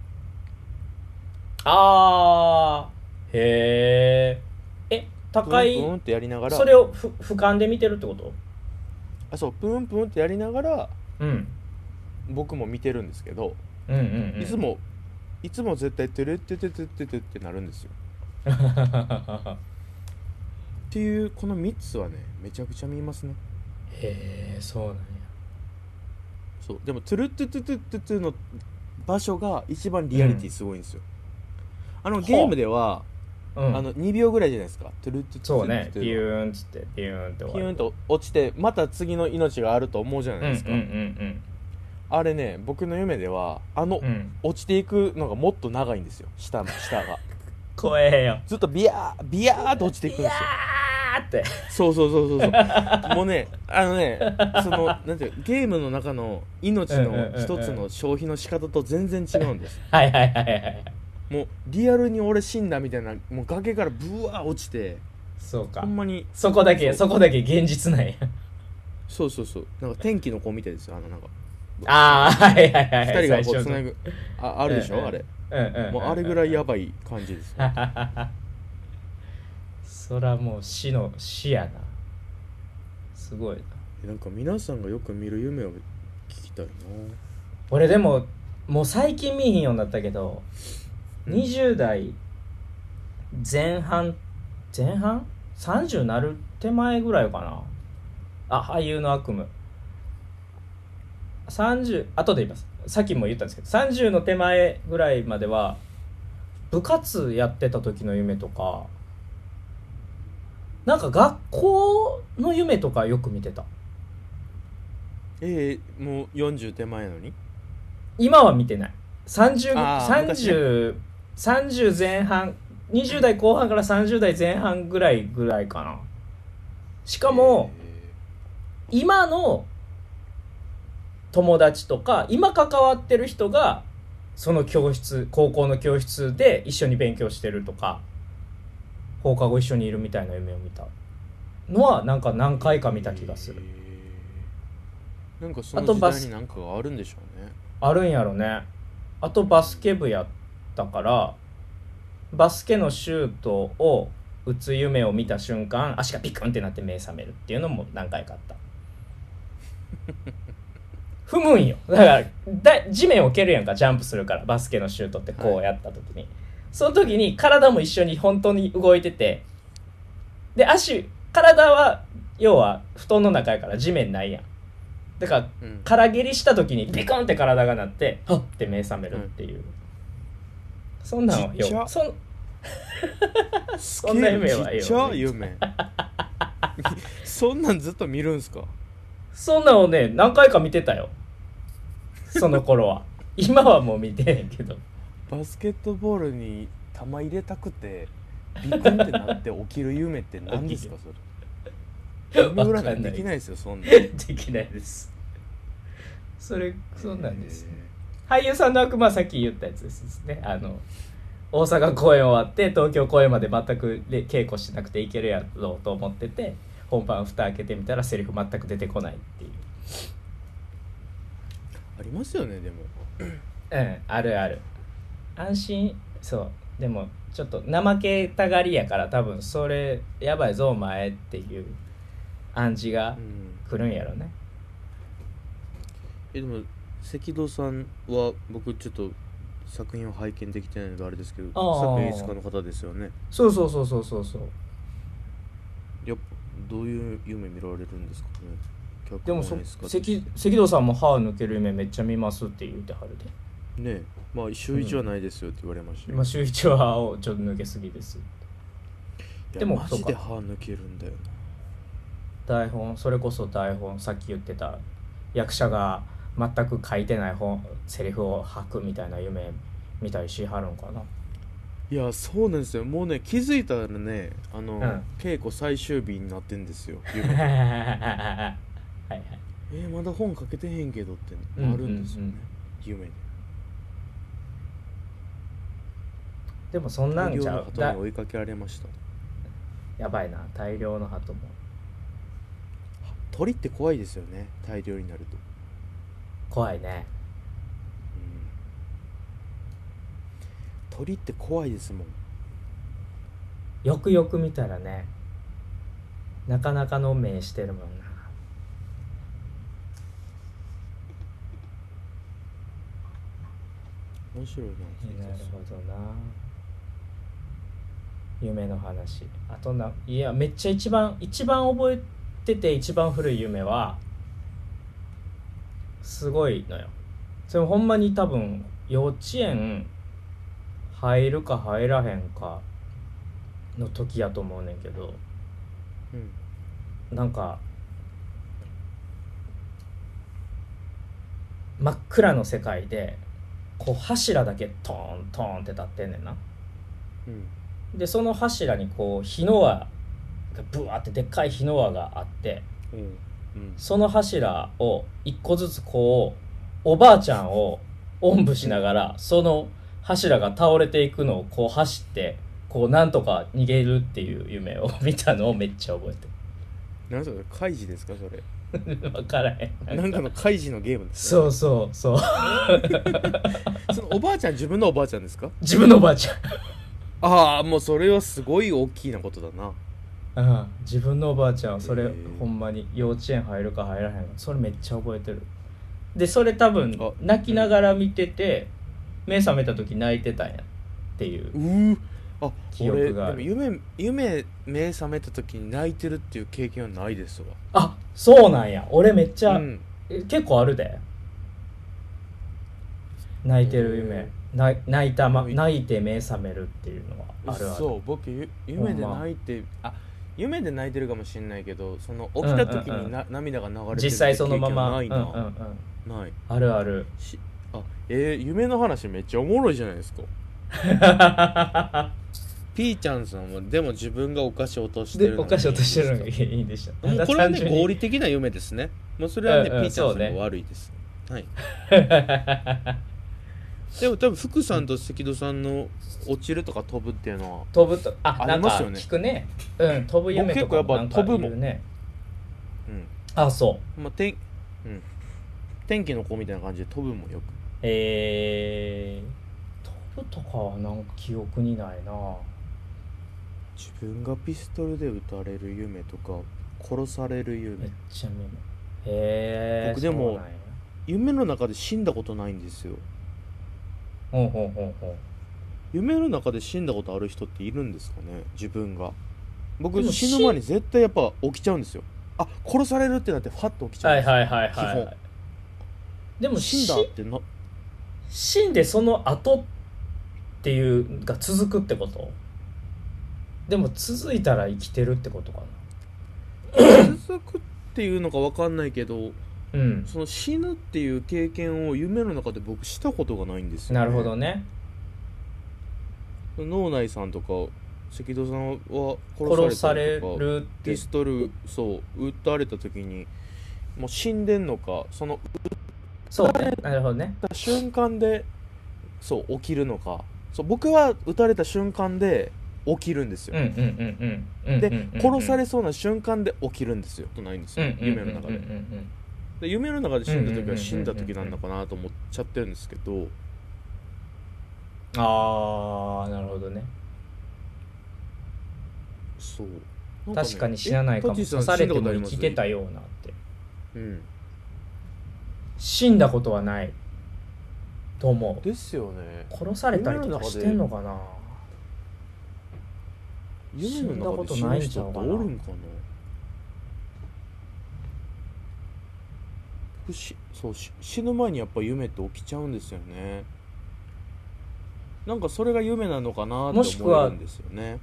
あーへええ高い
プンプンってやりながら
それをふ俯瞰で見てるってこと
あそうプンプンってやりながら
うん
僕も見てるんですけど
うんうん、うん、
いつもいつも絶対トゥルットゥトゥトゥトゥトゥってなるんですよっていうこの3つはねめちゃくちゃ見えますね
へえそうなんや
そうでもトゥルットゥトゥトゥトゥトゥの場所が一番リアリティすごいんですよ、あのゲームでは、
うん、
あの2秒ぐらいじゃないですかトゥルットゥト
そう
ゥト
ね
ゥト
ビ
ゥの
ューンっつってビューンって終わる
ピューンと落ちてまた次の命があると思うじゃないですか、
うんうん
あれね僕の夢ではあの、
うんうんうん
落ちていくのがもっと長いんですよ下の下が
怖えよ
ずっとビヤービヤーっと落ちていくん
い
で
や
すよ
ーって
そうそうそうそうそうもうねあのねそのなんていうのゲームの中の命
うんうんうん
の
うん
一つの消費の仕方と全然違うんです
はいはいはいはい
もうリアルに俺死んだみたいなもう崖からブワー落ちて
そうか
ほんまに
そこだけ
そ
そ
う
こだけ現実なんや
そうそうそうなんか天気の子みたいですよあのなんか
ああはいはいはい
二人がこう
最初
つ
の
なぐああるでし
うんう
ょ
ん
あれ
うんうん
もうあれぐらいや
ば
ばい感じです
そらもう死の死やなすごいな
なんか皆さんがよく見る夢を聞きたいな
俺でももう最近見えへんようになったけど、
うん
20代前半前半 ?30 なる手前ぐらいかなあ俳優の悪夢30後で言いますさっきも言ったんですけど30の手前ぐらいまでは部活やってた時の夢とかなんか学校の夢とかよく見てた
ええもう40手前なのに
今は見てない30
あー
30 30前半20代後半から30代前半ぐらいぐらいかなしかも、今の友達とか今関わってる人がその教室高校の教室で一緒に勉強してるとか放課後一緒にいるみたいな夢を見たのはなんか何回か見た気がする
えーなんかそ
あ
の
と
時
バ
代
ス
になんかがあるんでしょうね
あるんやろねあとバスケ部やったからバスケのシュートを打つ夢を見た瞬間足がピクンってなって目覚めるっていうのも何回かあった踏むんよだからだ地面を蹴るやんかジャンプするからバスケのシュートってこうやった時に、その時に体も一緒に本当に動いててで足体は要は布団の中やから地面ないやんだから
うん
空蹴りした時にビコンって体が鳴ってはっって目覚めるっていう、そんなんは
ちっち
よ
ゃ
そん
そ
んな夢は
ちっちゃい夢 そんなんずっと見るんすか
そんなんをね何回か見てたよその頃 は今はもう見てへんけど
バスケットボールに球入れたくてビクンってなって起きる夢って何で すかそれ夢
わか
占
ん
い
ない
できないですよそんな
できないですそれそうなんです、俳優さんの悪魔はさっき言ったやつですねあの大阪公演終わって東京公演まで全くで稽古しなくていけるやろうと思ってて本番蓋開けてみたらセリフ全く出てこないっていう
ありますよねでも
うんあるある安心そうでもちょっと怠けたがりやから多分それやばいぞお前っていう暗示が
うん
来るんやろね
えでも赤道さんは僕ちょっと作品を拝見できてないのであれですけど
あ
作
ー
演出家の方ですよね
そうそうそうそうそうそう
やっぱどういう夢見られるんですかね脚
でもそ
本演出家として
関関戸さんも歯抜ける夢めっちゃ見ますって言うてはるで
ねえまあ週一はないですよって言われましたよ、
今週一は歯をちょっと抜けすぎです
いや
でも
マジ
そう
で
か
歯抜けるんだよな
台本それこそ台本さっき言ってた役者が全く書いてない本セリフを吐くみたいな夢見たりしはるんかない
やそうなんですよもうね気づいたらねあの、
ん
稽古最終日になってんですよ
はい
夢
はいはい
えーまだ本書けてへんけどって
うんうんうん
あるんですよね、夢で
でもそんなん
大
じ
量
ゃ
の
う
鳩
だ
に追いかけられました
やばいな大量の鳩も
鳥って怖いですよね大量になると、
怖いね
うん、鳥って怖いですもん
よくよく見たらねなかなかの目してるもんな
面白いな
なるほどな夢の話あとないやめっちゃ一番一番覚えてて一番古い夢はすごいのよそれほんまに多分幼稚園入るか入らへんかの時やと思うねんけど
うん
なんか真っ暗の世界でこう柱だけトーントーンって立ってんねんな
うん
でその柱にこう火の輪がブワーってでっかい火の輪があって
うんうん
その柱を一個ずつこうおばあちゃんをおんぶしながらその柱が倒れていくのをこう走ってこうなんとか逃げるっていう夢を見たのをめっちゃ覚
何それ開示ですかそれ
えてる 分からへん
なんかの開示のゲームです
そうそうそう
そのおばあちゃん自分のおばあちゃんですか
自分のおばあち
ああもうそれはすごい大きなことだな
ゃん、うん、自分のおばあちゃんはそれ、
へー
ほんまに幼稚園入るか入らへんかそれめっちゃ覚えてるでそれ多分
あ
泣きながら見てて目覚めた時泣いてたんやっていう
うーあ
記
俺
憶
で
がある
も夢夢目覚めた時に泣いてるっていう経験はないですわ
あそうなんや俺めっちゃ、
うん
え結構あるで泣いてる夢な泣いた、ま、泣いて目覚めるっていうのはあるある
そう僕ゆ夢で泣いて、あ夢で泣いてるかもしれないけどその起きた時
うんうんう
に
ん
な、涙が流れてるって
実際そのま
経験は
ま
ないな、
うんうんうん、
ない
あるあ る
しあえー、夢の話めっちゃおもろいじゃないですかピーちゃんさんはでも自分がお菓子落として
で
る
お菓子落としてるのがいいんでし
も
た
うこれはね
単純に
合理的な夢ですねもうそれはね、
うんうん
ピーちゃ
そ
ん
う
さん
ね
が悪いです、はいでも多分福さんと関戸さんの落ちるとか飛ぶっていうのは
飛ぶとあ
あ
なん
り
か
ますよね
聞くねうん飛ぶ夢とかもなんか
僕結構やっぱ飛ぶもん
言うね
うん
あそう
まあ、天、うん。天気の子みたいな感じで飛ぶもよく。
えー、飛ぶとかはなんか記憶にないな
自分がピストルで撃たれる夢とか、殺される
め
夢
っ。ちゃ見るへえ
僕でも
そうなんや
夢の中で死んだことないんですよ。
ほうほうほうほ
夢の中で死んだことある人っているんですかね自分が。僕
でも
死ぬ前に絶対やっぱ起きちゃうんですよ。あ、殺されるってなってファッと起きち
う
ゃう
はい
んですよ。
はいはいはい、
基本
でも
死
死
んだってな、
死んでその後っていうが続くってことでも続いたら生きてるってことか
続くっていうのかわかんないけど、
なうん
その死ぬっていう経験を夢の中で僕したことがないんですよ、ね。
なるほどね
脳内さんとか関戸さんは
殺
殺
さ
さ
れ
れたりとか
るって
ピストルそう撃たれた時にもう死んでんのかその撃
そう ねなるほどね
った瞬間でそう起きるのかそう僕は撃たれた瞬間で起きるんです
うん
よ、
うんうんうんうん
で、
うんうん
殺されそうな瞬間で起きるんですよことないんです
うん
よ、
うんうん
夢の中
うんう
で
んうん
で夢の中で死んだ
うんうんうんうんう
時
ん
は死んだ時なんのかなと思っちゃってるんですけど
ああなるほどね
そうなんね
確かに死なないかも
えタッチ
刺されて
死んだこと
も
あり
生
ます
きてたようなって
うん
死んだことはないと思う
ですよね
殺されたりとかしてんのかな
夢の中で死ぬ人っておるんかな僕しそうし死ぬ前にやっぱ夢って起きちゃうんですよねなんかそれが夢なのかな
も
っ
してく
思
は
うんですよね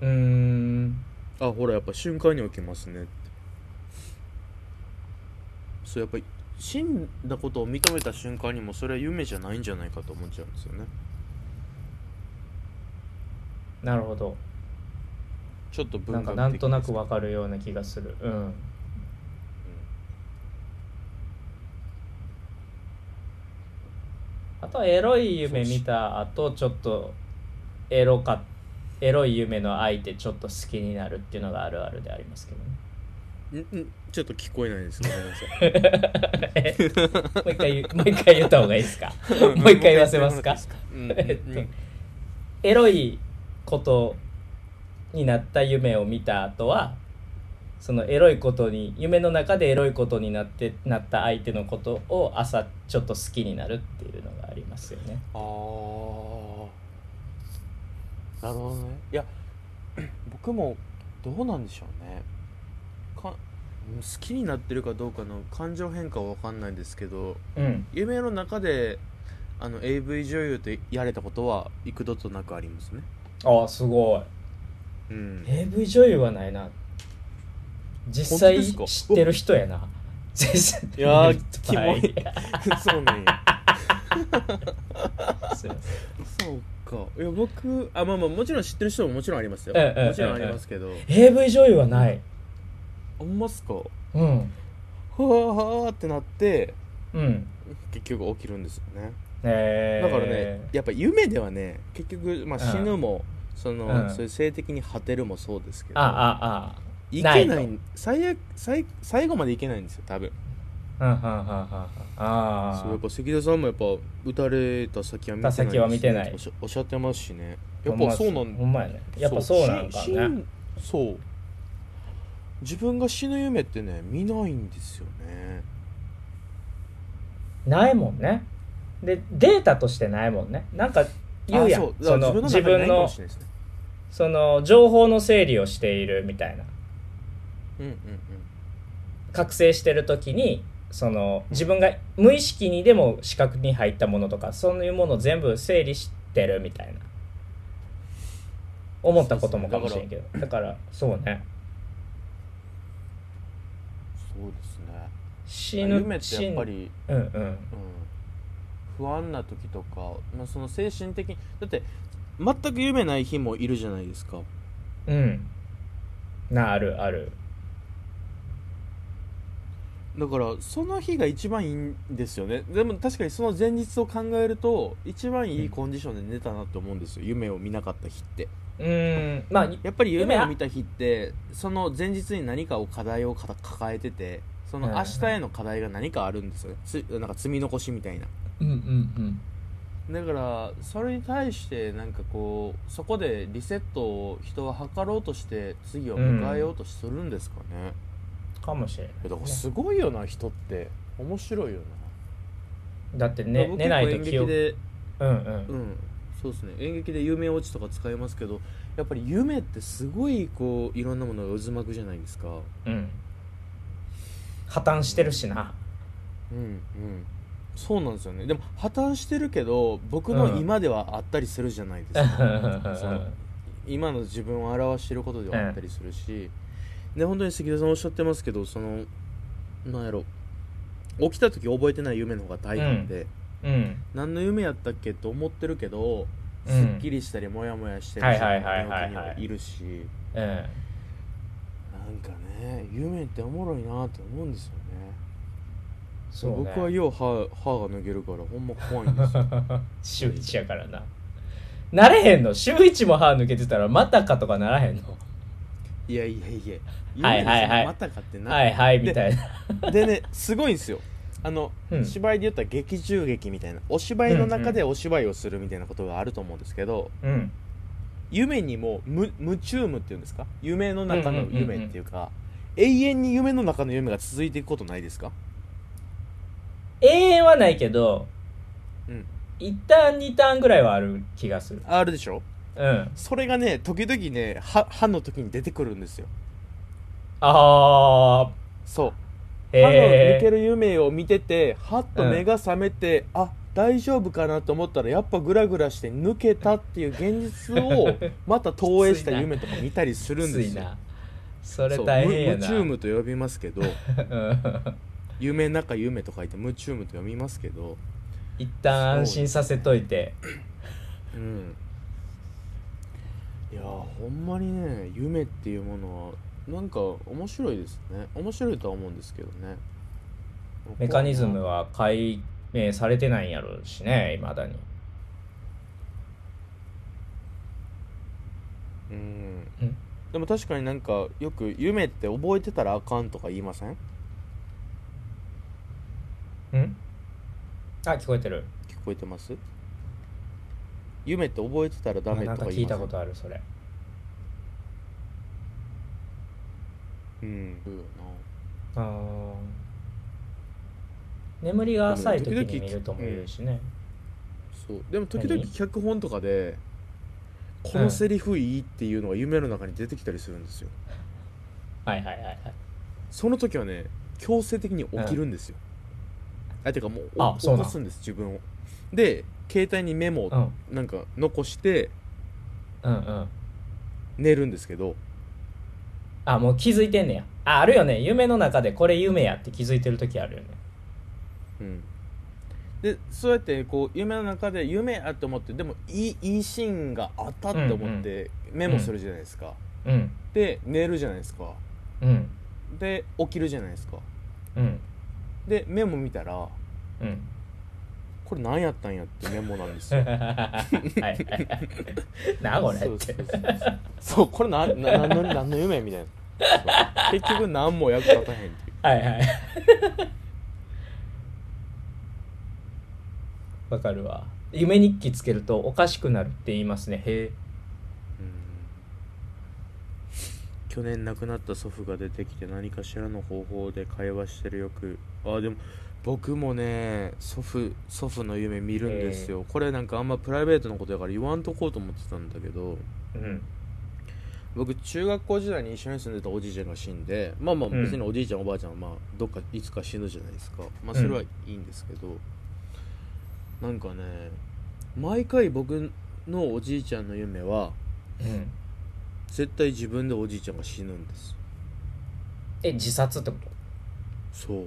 うーん
あほらやっぱ瞬間に起きますねってそうやっぱり死んだことを認めた瞬間にもそれは夢じゃないんじゃないかと思っちゃうんですよね
なるほど
ちょっと
な
文化
ん
的
かなんとなくわかるような気がするうんあとエロい夢見た後ちょっとエロかエロい夢の相手ちょっと好きになるっていうのがあるあるでありますけどね
んんちょっと聞こえないですごめんなさ
え
い
もう一回言うもう一回言った方がいいですか もう一回言わせますか
うん
えっ
うん
とエロいことになった夢を見た後はそのエロいことに夢の中でエロいことになってなった相手のことを朝ちょっと好きになるっていうのがありますよね。
ああなるほど ねいや僕もどうなんでしょうねかう好きになってるかどうかの感情変化は分かんないんですけど
うん
夢の中であの AV 女優とやれたことは幾度となくありますね
ああすごい
うん
AV 女優はないな実際
本当ですか
知ってる人やな実際
いやー
っ
キ
ぱ
モいそうね
すいません
そうかいや僕あまあまあもちろん知ってる人ももちろんありますよ
ええ
もちろんありますけど
AV 女優はない
あんますかは
うん
あはあってなって
うん
結局起きるんですよね
えー、
だからねやっぱ夢ではね結局、まあ、死ぬも、その
うん
そういう性的に果てるもそうですけど、
ああああ
いけ
な
ないい最悪最最後までいけないんですよ多分
うんうんうんうんうんああ
そうやっぱ関田さんもやっぱ打たれた先は見てない
打た先は見てない
おっしゃおっしゃってますしねや
ほ
っ
ま
ぱそうなん
ほんまやねやっぱそうなん
そ
か
う死
ね
んそう自分が死ぬ夢ってね見ないんですよね
ないもんねでデータとしてないもんねなんか言うやん
あ
そう
だから
の自
自分
分
の中にないかも
の
しれないですね
その情報の整理をしているみたいな
うんうんうん
覚醒してる時にその自分が無意識にでも視覚に入ったものとかそういうものを全部整理してるみたいな思ったこともかもしれんけどだからそうね
そうですね
死ぬ
夢ってやっぱり、
死ぬうんうん
うん、不安な時とか、まあ、その精神的にだって全く夢ない日もいるじゃないですか
うんなあるある
だからその日が一番いいんですよねでも確かにその前日を考えると一番いいコンディションで寝たなって思うんですよ夢を見なかった日って
うーんまあ
やっぱり
夢
夢
は
を見た日ってその前日に何かを課題をかた抱えててその
うん
明日への課題が何かあるんですよねつなんか積み残しみたいな
うんうんうん
だからそれに対してなんかこうそこでリセットを人は図ろうとして次を迎えようとするんですかね、い
かもしれない
やだからすごいよな人って面白いよ
だって
な、
ね寝ないと
記
記憶
で
うんうん
うんそうですね演劇で有名落ちとか使いますけどやっぱり夢ってすごいこういろんなものが渦巻くじゃないですか
うん破綻してるしな
うんうんそうなんですよねでも破綻してるけど僕の今ではあったりするじゃないです か、そう今の自分を表していることではあったりするし、で本当に関田さんおっしゃってますけどそのなんやろ起きた時覚えてない夢の方が大変で、
うん
何の夢やったっけと思ってるけど、
うん
すっきりしたりモヤモヤしてる
は
人
い
も
はいはいはいはい
世の中にはいるし
うん
なんかね夢っておもろいなって思うんですよね
そうね
僕はよう歯歯が抜けるからほんま怖いんです
週
よ
1やからななれへんの週1も歯抜けてたらまたかとかならへんの
いやいやいや
はいはいはい
夢でそんなまたかってな
はいはいみたいな
でねすごいんですよあの、
うん
芝居で言ったら劇中劇みたいなお芝居の中でお芝居をするみたいなことがあると思うんですけど、
うん
夢にも夢夢中夢っていうんですか夢の中の夢っていうか、永遠に夢の中の夢が続いていくことないですか
永遠はないけど
うん
1ターン2ターンぐらいはある気がする
あるでしょ
うん
それがね時々ね歯歯の時に出てくるんですよ
ああ
そう
へ
歯の抜け
え
る夢を見ててはっと目が覚めて、あ大丈夫かなと思ったらやっぱグラグラして抜けたっていう現実をまた投影した夢とか見たりする んですよ
なそれ
そう
大変や
む
な
夢中夢と呼びますけど
うん
夢の中夢と書いて夢中夢と読みますけど
一旦安心させといて
うんいやーほんまにね夢っていうものはなんか面白いですね面白いとは思うんですけどね
メカニズムは解明されてないんやろうしねいまだに
うん
うん
でも確かになんかよく夢って覚えてたらあかんとか言いません
うんあ聞こえてる
聞こえてます夢って覚えてたらダメ
な
と
んか
か
聞
言い
い
ませ
た
ん
ことあるそれ
うんそうよ
あー眠りが浅い時に見るとも言うしね
なそうでも時々
何
脚本とかでこ
う
の
ん
セリフいいっていうのが夢の中に出てきたりするんですよ、
はいはいはいはい
その時はね強制的に起きるんですよ、あてかもう
あ
お
そう
起
なん
こすんです自分をで携帯にメモ
う
を
ん
なんか残して
うんうん
寝るんですけど、
あもう気づいてんねやああるよね夢の中でこれ夢やって気づいてる時あるよね
うん、でそうやってこう夢の中で夢やと思ってでもいいいいシーンがあったって思ってメモするじゃないですか、
うん
で寝るじゃないですか
うん
で起きるじゃないですか
うん
でメモ見たら
うん
これ何やったんやってメモなんで すよ
はいはいはい なこれ
そ
っ
うそ
て
うそうそうそうこれなな何の何の夢みたいなそう結局何も役立たへんっていう
はいはい わかるわ夢日記つけるとおかしくなるって言いますねへえ
去年亡くなった祖父が出てきて何かしらの方法で会話してるよくあーでも僕もね祖父祖父の夢見るんですよ、これなんかあんまプライベートのことやから言わんとこうと思ってたんだけど
うん
僕中学校時代に一緒に住んでたおじいちゃんが死んでまあまあ
うん
別におじいちゃんおばあちゃんはまあどっかいつか死ぬじゃないですかまあそれはいいんですけど、なんかね毎回僕のおじいちゃんの夢は
うん
絶対自分でおじいちゃんが死ぬんです
え自殺ってこと
そう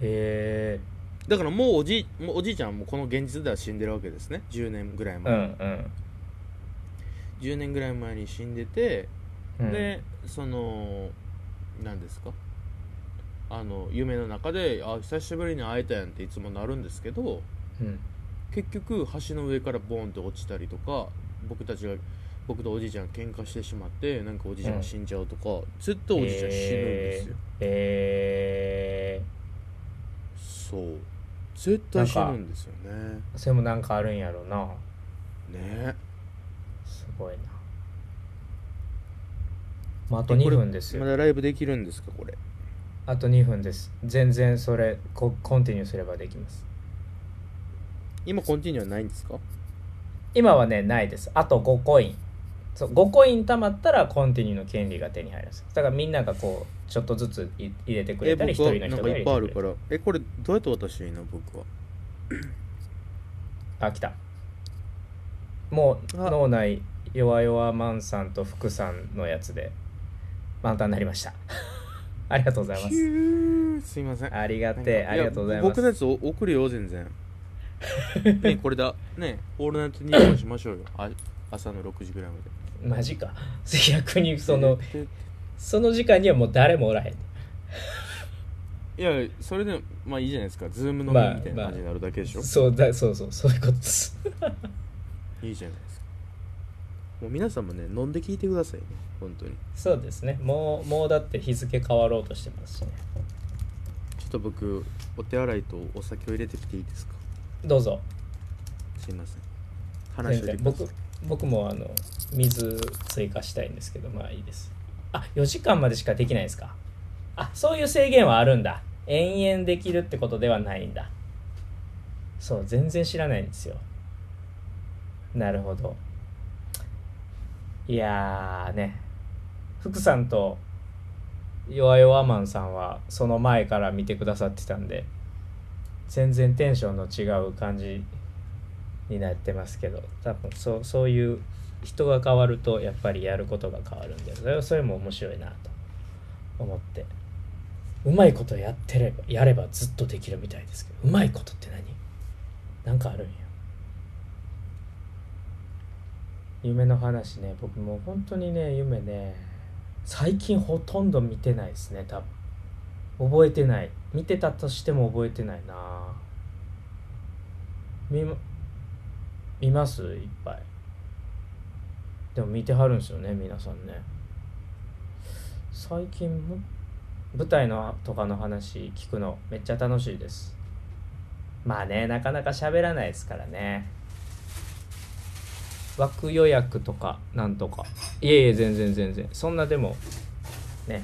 へえ
だからもうおじいもうおじいちゃんはもうこの現実では死んでるわけですね10年ぐらい
うん
前、
うん
10年ぐらい前に死んでて、
うん
でその何ですかあの夢の中で「あ久しぶりに会えたやん」っていつもなるんですけど
うん
結局橋の上からボーンと落ちたりとか僕たちが僕とおじいちゃんが喧嘩してしまってなんかおじいちゃんが死んじゃうとか、ずっとおじいちゃん死ぬんですよ、
え
そう絶対死ぬんですよね
ー、それもなんかあるんやろな
ね
すごいな、まあ、あと2分です
ま
よ
だライブできるんですかこれ
あと2分です全然それココンティニューすればできます
今コンティニューはないんですか
今はねないですあと5コインそう5コイン貯まったらコンティニューの権利が手に入りますだからみんながこうちょっとずつい入れてくれたり一
僕は
人の人
なん
が入
かい
れて
っぱいあ
くれ
るか
たり
らえこれどうやって渡したらいいの僕は
あ来たもう
あ
脳内弱々マンさんと福さんのやつで満タンになりました ありがとうございま
ひ
す
ゅーすいません
ありが
なんか
てえありがとうござい
や
ま
僕のや
す
つお送るよ 全然ねこれだねオールナイトニッポンしましょうよあ朝の6時ぐらいまで
マジか逆にその
で
その時間にはもう誰もおらへん
いやそれでまあいいじゃないですかズームの
まあ
みみたいな感じになるだけでしょ、
そうだそうそうそういうことです
いいじゃないですかもう皆さんもね飲んで聞いてくださいね本当に
そうですねもうもうだって日付変わろうとしてますしね
ちょっと僕お手洗いとお酒を入れてきていいですか
どうぞ
すいません
全
話を
然僕僕もあの水追加したいんですけどまあいいですあ4時間までしかできないんですかあそういう制限はあるんだ延々できるってことではないんだそう全然知らないんですよなるほどいやーね福さんと弱々マンさんはその前から見てくださってたんで全然テンションの違う感じになってますけど多分そうそういう人が変わるとやっぱりやることが変わるんでそれはそれも面白いなと思ってうまいことやってればやればずっとできるみたいですけどうまいことって何なんかあるんや夢の話ね僕もう本当にね夢ね最近ほとんど見てないですね多分覚えてない見てたとしても覚えてないな見ま見ますいっぱいでも見てはるんですよね皆さんね最近も舞台のとかの話聞くのめっちゃ楽しいですまあねなかなか喋らないですからね枠予約とかなんとかいえいえ全然全然そんなでもね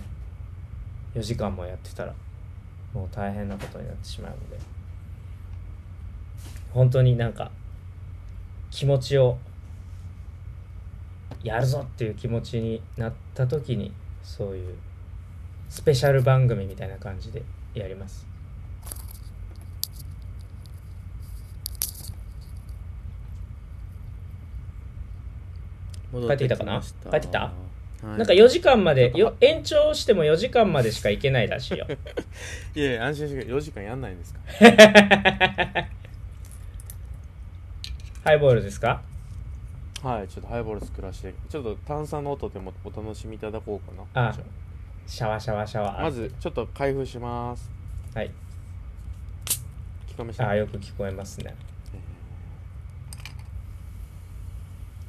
4時間もやってたらもう大変なことになってしまうので本当になんか気持ちをやるぞっていう気持ちになった時にそういうスペシャル番組みたいな感じでやります
戻
帰ってきたかな
ました
帰ってきた
はい
なんか4時間までよ延長しても4時間までしか行けないらしいよ
いやいや安心してください4時間やんないんですか
ハイボールですか
はいちょっとハイボール作らせてちょっと炭酸の音でもお楽しみいただこうかな
あ
じゃ
シャワシャワシャワ
あまずちょっと開封します
はい
聞こえまし
あ
た
ーよく聞こえますね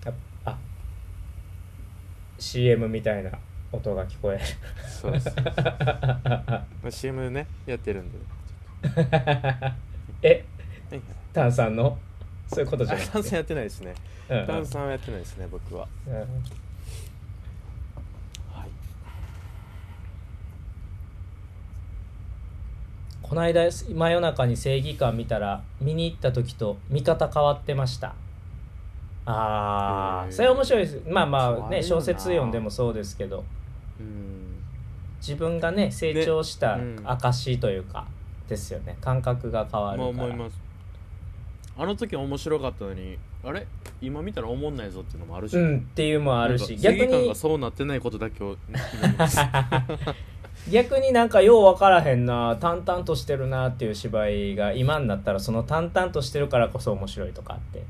ああ CM みたいな音が聞こえる
そ うです CM ねやってるんで
え
はい
炭酸のそういうことじゃ
あ
なくて
炭酸やってないですね
うんうん
炭酸はやってないですね僕は
うん
はい
この間真夜中に正義感見たら見に行った時と見方変わってましたああ
へー
それ面白いですまあ
変
まあ
わるよ
ね
な
小説読んでもそうですけど
うん
自分がね成長した
でうん
証というかですよね感覚が変わる
ま
か
あ
ら、
思いますあの時面白かったのにあれ今見たら思んないぞっていうのもあるし、
うんっていうのもあるし
なんか
逆
正義感
に
がそうなってないことだけを祈ります
逆になんかよう分からへんな淡々としてるなっていう芝居が今になったらその淡々としてるからこそ面白いとかって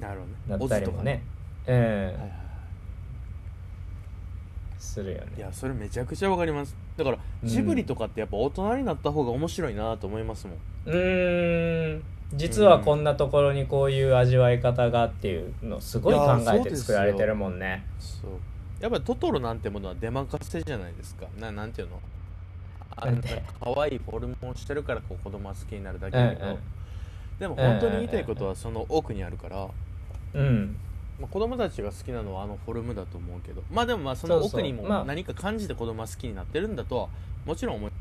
なるほ
な
どね
ったりもねうん、
オズとかねはいはいは
するよね
いいやそれめちゃくちゃわかりますだから
うん
ジブリとかってやっぱ大人になった方が面白いなと思いますもん、
うーん実はこんなところにこういう味わい方がっていうのすごい
いや
考
ー
え
そう
て
です
作
よ
られてるもんね
そうやっぱトトロなんてものは出まかせじゃないですかななんていうのあ
なん
ん
て
な可愛いフォルムをしてるからこう子供は好きになるだけ
うん
だけど、でも本当に言いたいこと
うん
はその奥にあるから、
うんうん
まあ、子供たちが好きなのはあのフォルムだと思うけどまあでもまあその
そうそう
奥にも
まあ
何か感じて子供は好きになってるんだとはもちろん思い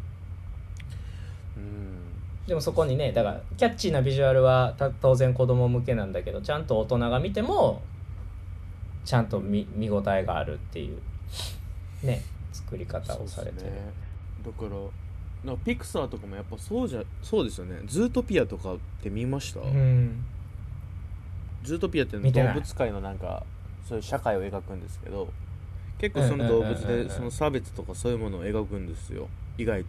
うん
でもそこにねだからキャッチーなビジュアルはた当然子供向けなんだけどちゃんと大人が見てもちゃんと見見応えがあるっていうね作り方をされて
そう
る
っすねだからなんかピクサーとかもやっぱそうじゃそうですよねズートピアとかって見ました、
うん
ズートピアっていうの
見てない
は動物界のなんかそういう社会を描くんですけど結構その動
うん
物
うんうんうんう
で
ん
その差別とかそういうものを描くんですよ意外と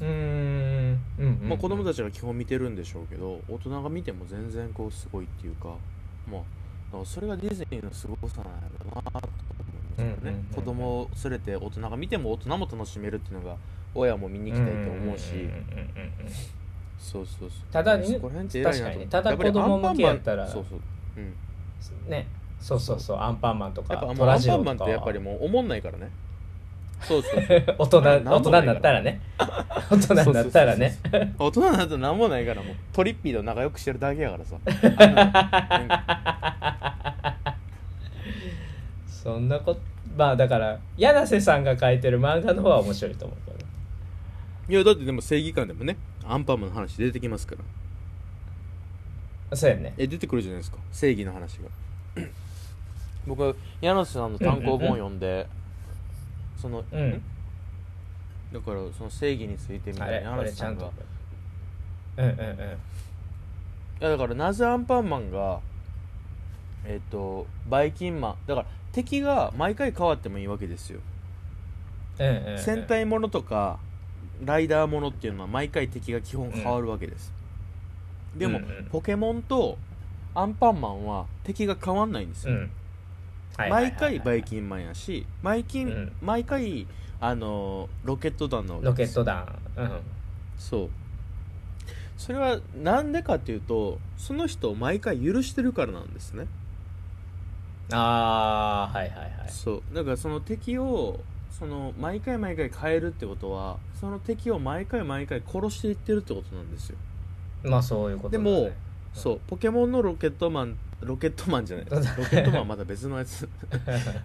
うーんうんうんうん
まあ、子供たちが基本見てるんでしょうけど大人が見ても全然こうすごいっていうかまあだからそれがディズニーのすごさなんだろうなと思いますよね、
うんうんうん
子供を連れて大人が見ても大人も楽しめるっていうのが親も見に行きたいと思うし、
んんんうんうんうん
そうそうそう
ただ
そこら辺って偉いな
確かにね
と思う
ただ
やっぱり
子供向けやったら
アンパンマンそうそううん
ねそうそうそうアンパンマンとか
やっぱも
ト
うア
ラ
ン
ジ
パ
ロ
ン
と
マンっ
か
てやっぱりもう思んないからねそうそうそう
大人
なんも
大人になったらね大人になったらね
そう大人になると何もないからもうトリッピーと仲良くしてるだけやか らさあんなのなんか
そんなことまあだから柳瀬さんが書いてる漫画の方は面白いと思うけど
いやだってでも正義感でもねアンパンマンの話出てきますから
そうやね
え出てくるじゃないですか正義の話が 僕柳瀬さんの単行本読んで、その、
うん
んだからその正義についてみ
あ
た
れ
い
こ
な
れ
柳瀬
ち
さ
ゃ
ん
ん
が
とうんうんうん
いやだからなぜアンパンマンがえっ、とバイキンマンだから敵が毎回変わってもいいわけですよ
うんうんうん
戦隊ものとかライダーものっていうのは毎回敵が基本変わるわけです、でも、
うんうん
ポケモンとアンパンマンは敵が変わんないんです
う
よ、
ん
毎回バイ
ン
キンマンやし毎金、
うん
毎回あのロケット弾の
ロケット弾うん
そうそれはなんでかっていうとその人を毎回許してるからなんですね、
ああはいはいはい
そうだからその敵をその毎回毎回変えるってことはその敵を毎回毎回殺していってるってことなんですよ
まあそういうこと
で
だね
も、そうポケモンのロケットマンロケットマンじ ゃないロケットマンはまだ別のやつ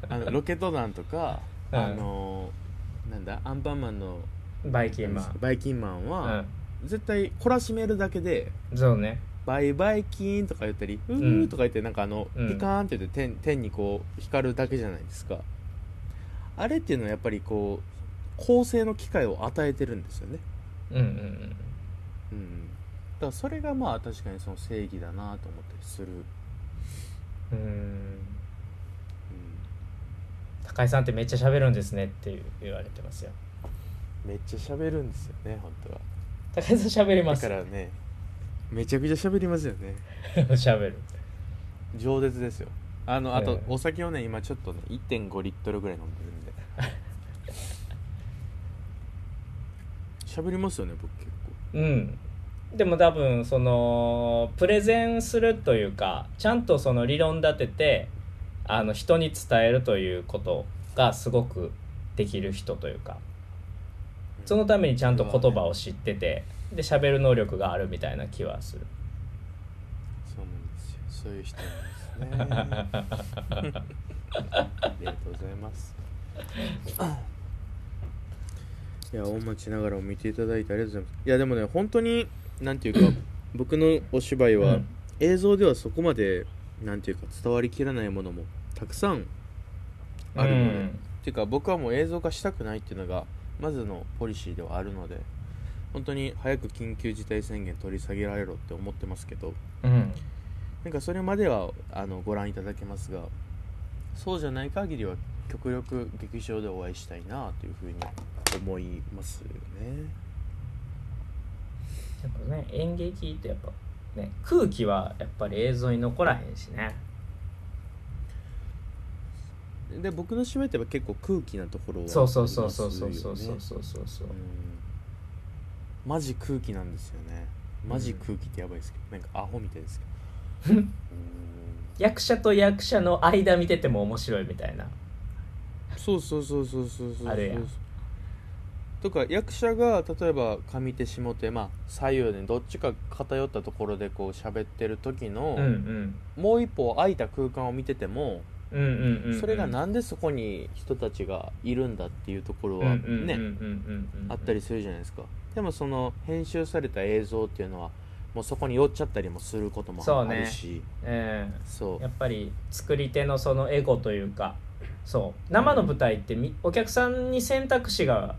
あのロケット弾とか、
うん
あのなんだアンパンマンの
バイキンマン
バイキンマンは、絶対懲らしめるだけで
うんそうね
「バイバイキン」とか言ったり「うー」とか言ってなんかあの、
うん
ピカーンって言って天天にこう光るだけじゃないですかあれっていうのはやっぱりこう構成の機会を与えてるんですよね、
うんうんうん
うん、だからそれがまあ確かにその正義だなと思ったりする、うん、
うーん高井さんってめっちゃ喋るんですねって言われてますよ
めっちゃ喋るんですよね本当は
高井さん喋りま
だ
す
からねめちゃくちゃ喋りますよね
喋る
饒舌ですよあのあ
え
と
え
お酒をね今ちょっとね1.5リットルぐらい飲んでる んで喋りますよね僕結構
うんでも多分そのプレゼンするというかちゃんとその理論立ててあの人に伝えるということがすごくできる人というかそのためにちゃんと言葉を知っててで喋る能力があるみたいな気はする
そうなんですよそういう人なん ですねありがとうございますいやお待ちながらも見ていただいてありがとうございますいやでもね本当になんていう か僕のお芝居は、
うん
映像ではそこまでなんていうか伝わりきらないものもたくさんあるので、
うん
っていうか僕はもう映像化したくないっていうのがまずのポリシーではあるので本当に早く緊急事態宣言取り下げられろって思ってますけど
うん
なんかそれまではあのご覧いただけますがそうじゃない限りは極力劇場でお会いしたいなというふうに思いますね
やっぱね演劇ってやっぱね空気はやっぱり映像に残らへんしね
で僕の芝居ってやっぱ結構空気なところは
そうそうそうそうそうそう
あ
そう
りますよね
そうそうそう
うんマジ空気なんですよねマジ空気ってやばいですけど、なんかアホみたいですけどう
役者と役者の間見てても面白いみたいなん
そうそうそうそうそうそう
あるやん
とか役者が例えば上手下手、まあ、左右でどっちか偏ったところでこう喋ってる時の、
うんうん
もう一歩空いた空間を見てても、
うんうんうんうん
それがなんでそこに人たちがいるんだっていうところ
うんう
は
ん
ね、
うんうんうんうん
あったりするじゃないですかでもその編集された映像っていうのはもうそこに寄っちゃったりもすることも
そう
あ
ね
るし
え
そう,、
えやっぱり作り手のそのエゴというかそう生の舞台ってみお客さんに選択肢が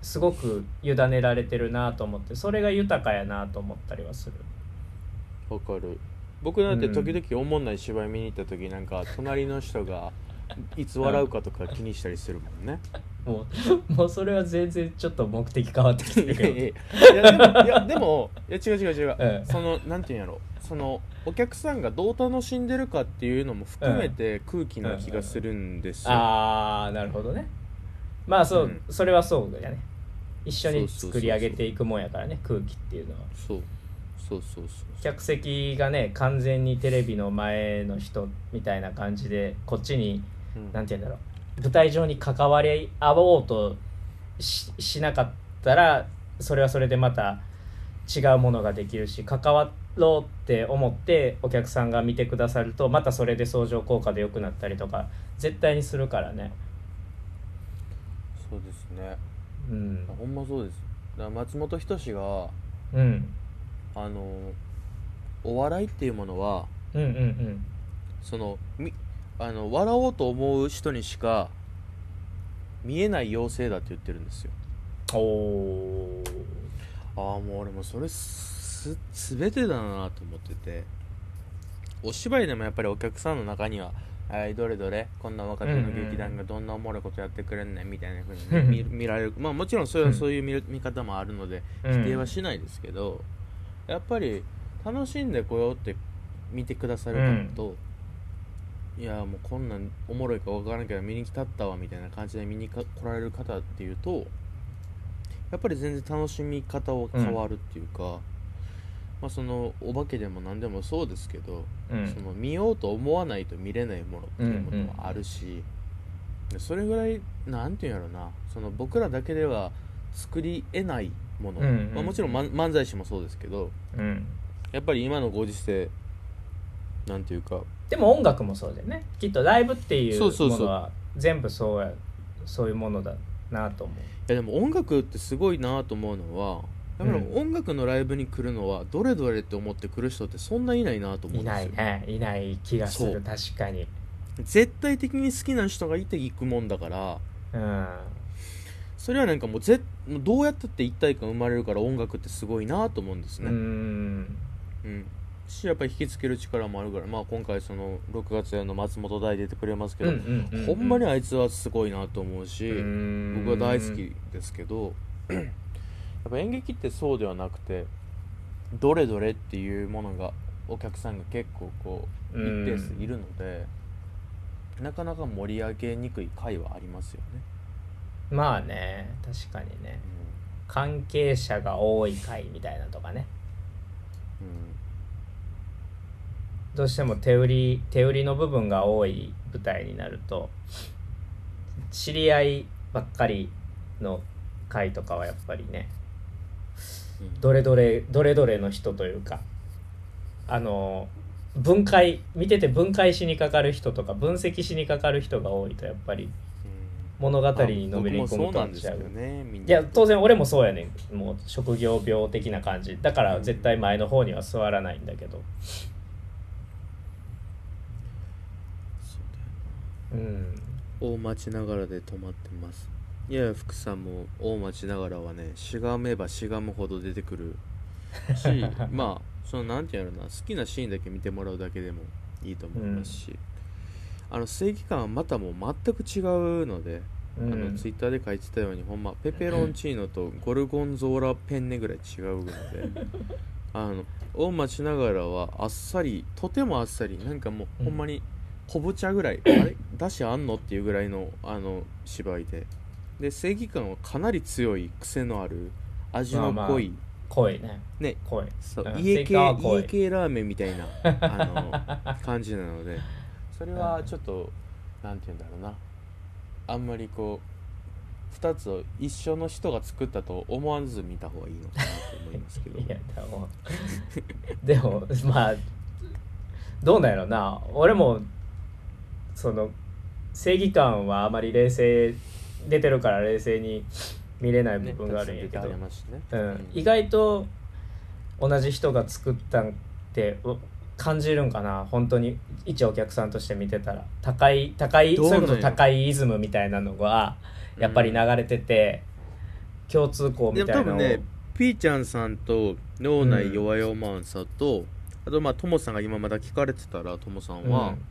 すごく委ねられてるなと思ってそれが豊かやなと思ったりはする
わかる僕だって時々おもんない芝居見に行った時なんか隣の人がいつ笑うかとか気にしたりするもんね
もう もうそれは全然ちょっと目的変わってきて
い
る
や い
け
やいやでもいやでもいや違う違う違う、
ええ
そのなんていうんやろそのお客さんがどう楽しんでるかっていうのも含めて空気な気がするんです
ど
よ、
ああなるほどねまあそう、
うん
それはそうだよね一緒に
そうそうそうそう
作り上げていくもんやからね空気っていうのは
そうそうそうそう
客席がね完全にテレビの前の人みたいな感じでこっちに
うん
なんて言うんだろう舞台上に関わり合おうとししなかったらそれはそれでまた違うものができるし関わろうって思ってお客さんが見てくださるとまたそれで相乗効果で良くなったりとか絶対にするからね
そうですね
うん
ほんまそうですだから松本人志が
うん
あのお笑いっていうものは
うんうんうん
そのみあの笑おうと思う人にしか見えない妖精だって言ってるんですよ
おおー
ああもう俺もそれす全てだなと思っててお芝居でもやっぱりお客さんの中には「はいどれどれこんな若手の劇団がどんなおもろいことやってくれんねん」みたいな風にね、 見見られるまあもちろんそれはそういう見る見方もあるので
うん
否定はしないですけど、やっぱり楽しんでこようって見てくださる方と、いやもうこんなんおもろいか分からんけど見に来たったわみたいな感じで見にか来られる方っていうとやっぱり全然楽しみ方を変わるっていうか、まあそのお化けでも何でもそうですけど、
うん
その見ようと思わないと見れないものっていうものもあるし、でそれぐらいなんていうんやろなその僕らだけでは作り得ないもの、
うんうん
まあ、もちろん、ま、漫才師もそうですけど
うん
やっぱり今のご時世なんていうか
でも音楽もそうだよねきっとライブっていう
そうそうそ
も
う
のは全部そうやそういうものだなと思う
いやでも音楽ってすごいなと思うのはやっぱり
うん
音楽のライブに来るのはどれどれって思って来る人ってそんないないなと思う
い
んです
な
よ
いねいない気がす
そ
る
う
確かに
絶対的に好きな人がいて行くもんだから
うん
それはなんかもうぜもうどうやったって一体感生まれるから音楽ってすごいなと思うんです
う
ね、
ん
うんしやっぱり引きつける力もあるから、まあ、今回その6月の松本大出てくれますけど、ほんまにあいつはすごいなと思うし、僕は大好きですけどやっぱ演劇ってそうではなくてどれどれっていうものがお客さんが結構こう
うん
一定数いるので、なかなか盛り上げにくい回はありますよね、
まあね確かにね関係者が多い回みたいなとかね
うん
どうしても手売り手売りの部分が多い舞台になると知り合いばっかりの回とかはやっぱりね
うん
どれどれどれどれの人というかあの分解見てて分解しにかかる人とか分析しにかかる人が多いとやっぱり物語にのめり込む
まあ僕もそうな
感
んです
じ
よねみんない
や当然俺もそうやねんもう職業病的な感じだから絶対前の方には座らないんだけど
そうだよ
うん
大町ながらで止まってますいや福さんも大町ながらはねしがめばしがむほど出てくるし まあそのなんていうのな好きなシーンだけ見てもらうだけでもいいと思いますし、あの正義感はまたもう全く違うので、
うん
あのツイッターで書いてたようにほんまペペロンチーノとゴルゴンゾーラペンネぐらい違 うのであの大町ながらはあっさりとてもあっさりなんかもう
うん
ほんまに昆布茶ぐらい、あれだしあんのっていうぐらいのあの芝居でで正義感はかなり強い癖のある味の
まあま
濃
あ
い、
濃いね
ね
濃い
そう
うん
家
正義
系
感は濃い
家系ラーメンみた いなあの感じなのでそれはちょっとなんて言うんだろうなあんまりこう2つを一緒の人が作ったと思わず見た方がいいのかなと 思いますけど
いやでもで もまあどうなんやろな俺もその正義感はあまり冷静出てるから冷静に見れない部分があるんやけど、
ねたくさん出てはりますしね
うん、意外と同じ人が作ったんってう感じるんかな本当に一お客さんとして見てたら高い高い
どう
そ
なん
れこ
や
そ高いイズムみたいなのがやっぱり流れてて、共通項
で
み
も
た
多
いな
分
のを
ねピーちゃんさんと脳
うん
内弱々マンさんと、あとまあトモさんが今まだ聞かれてたらトモさんは、
うん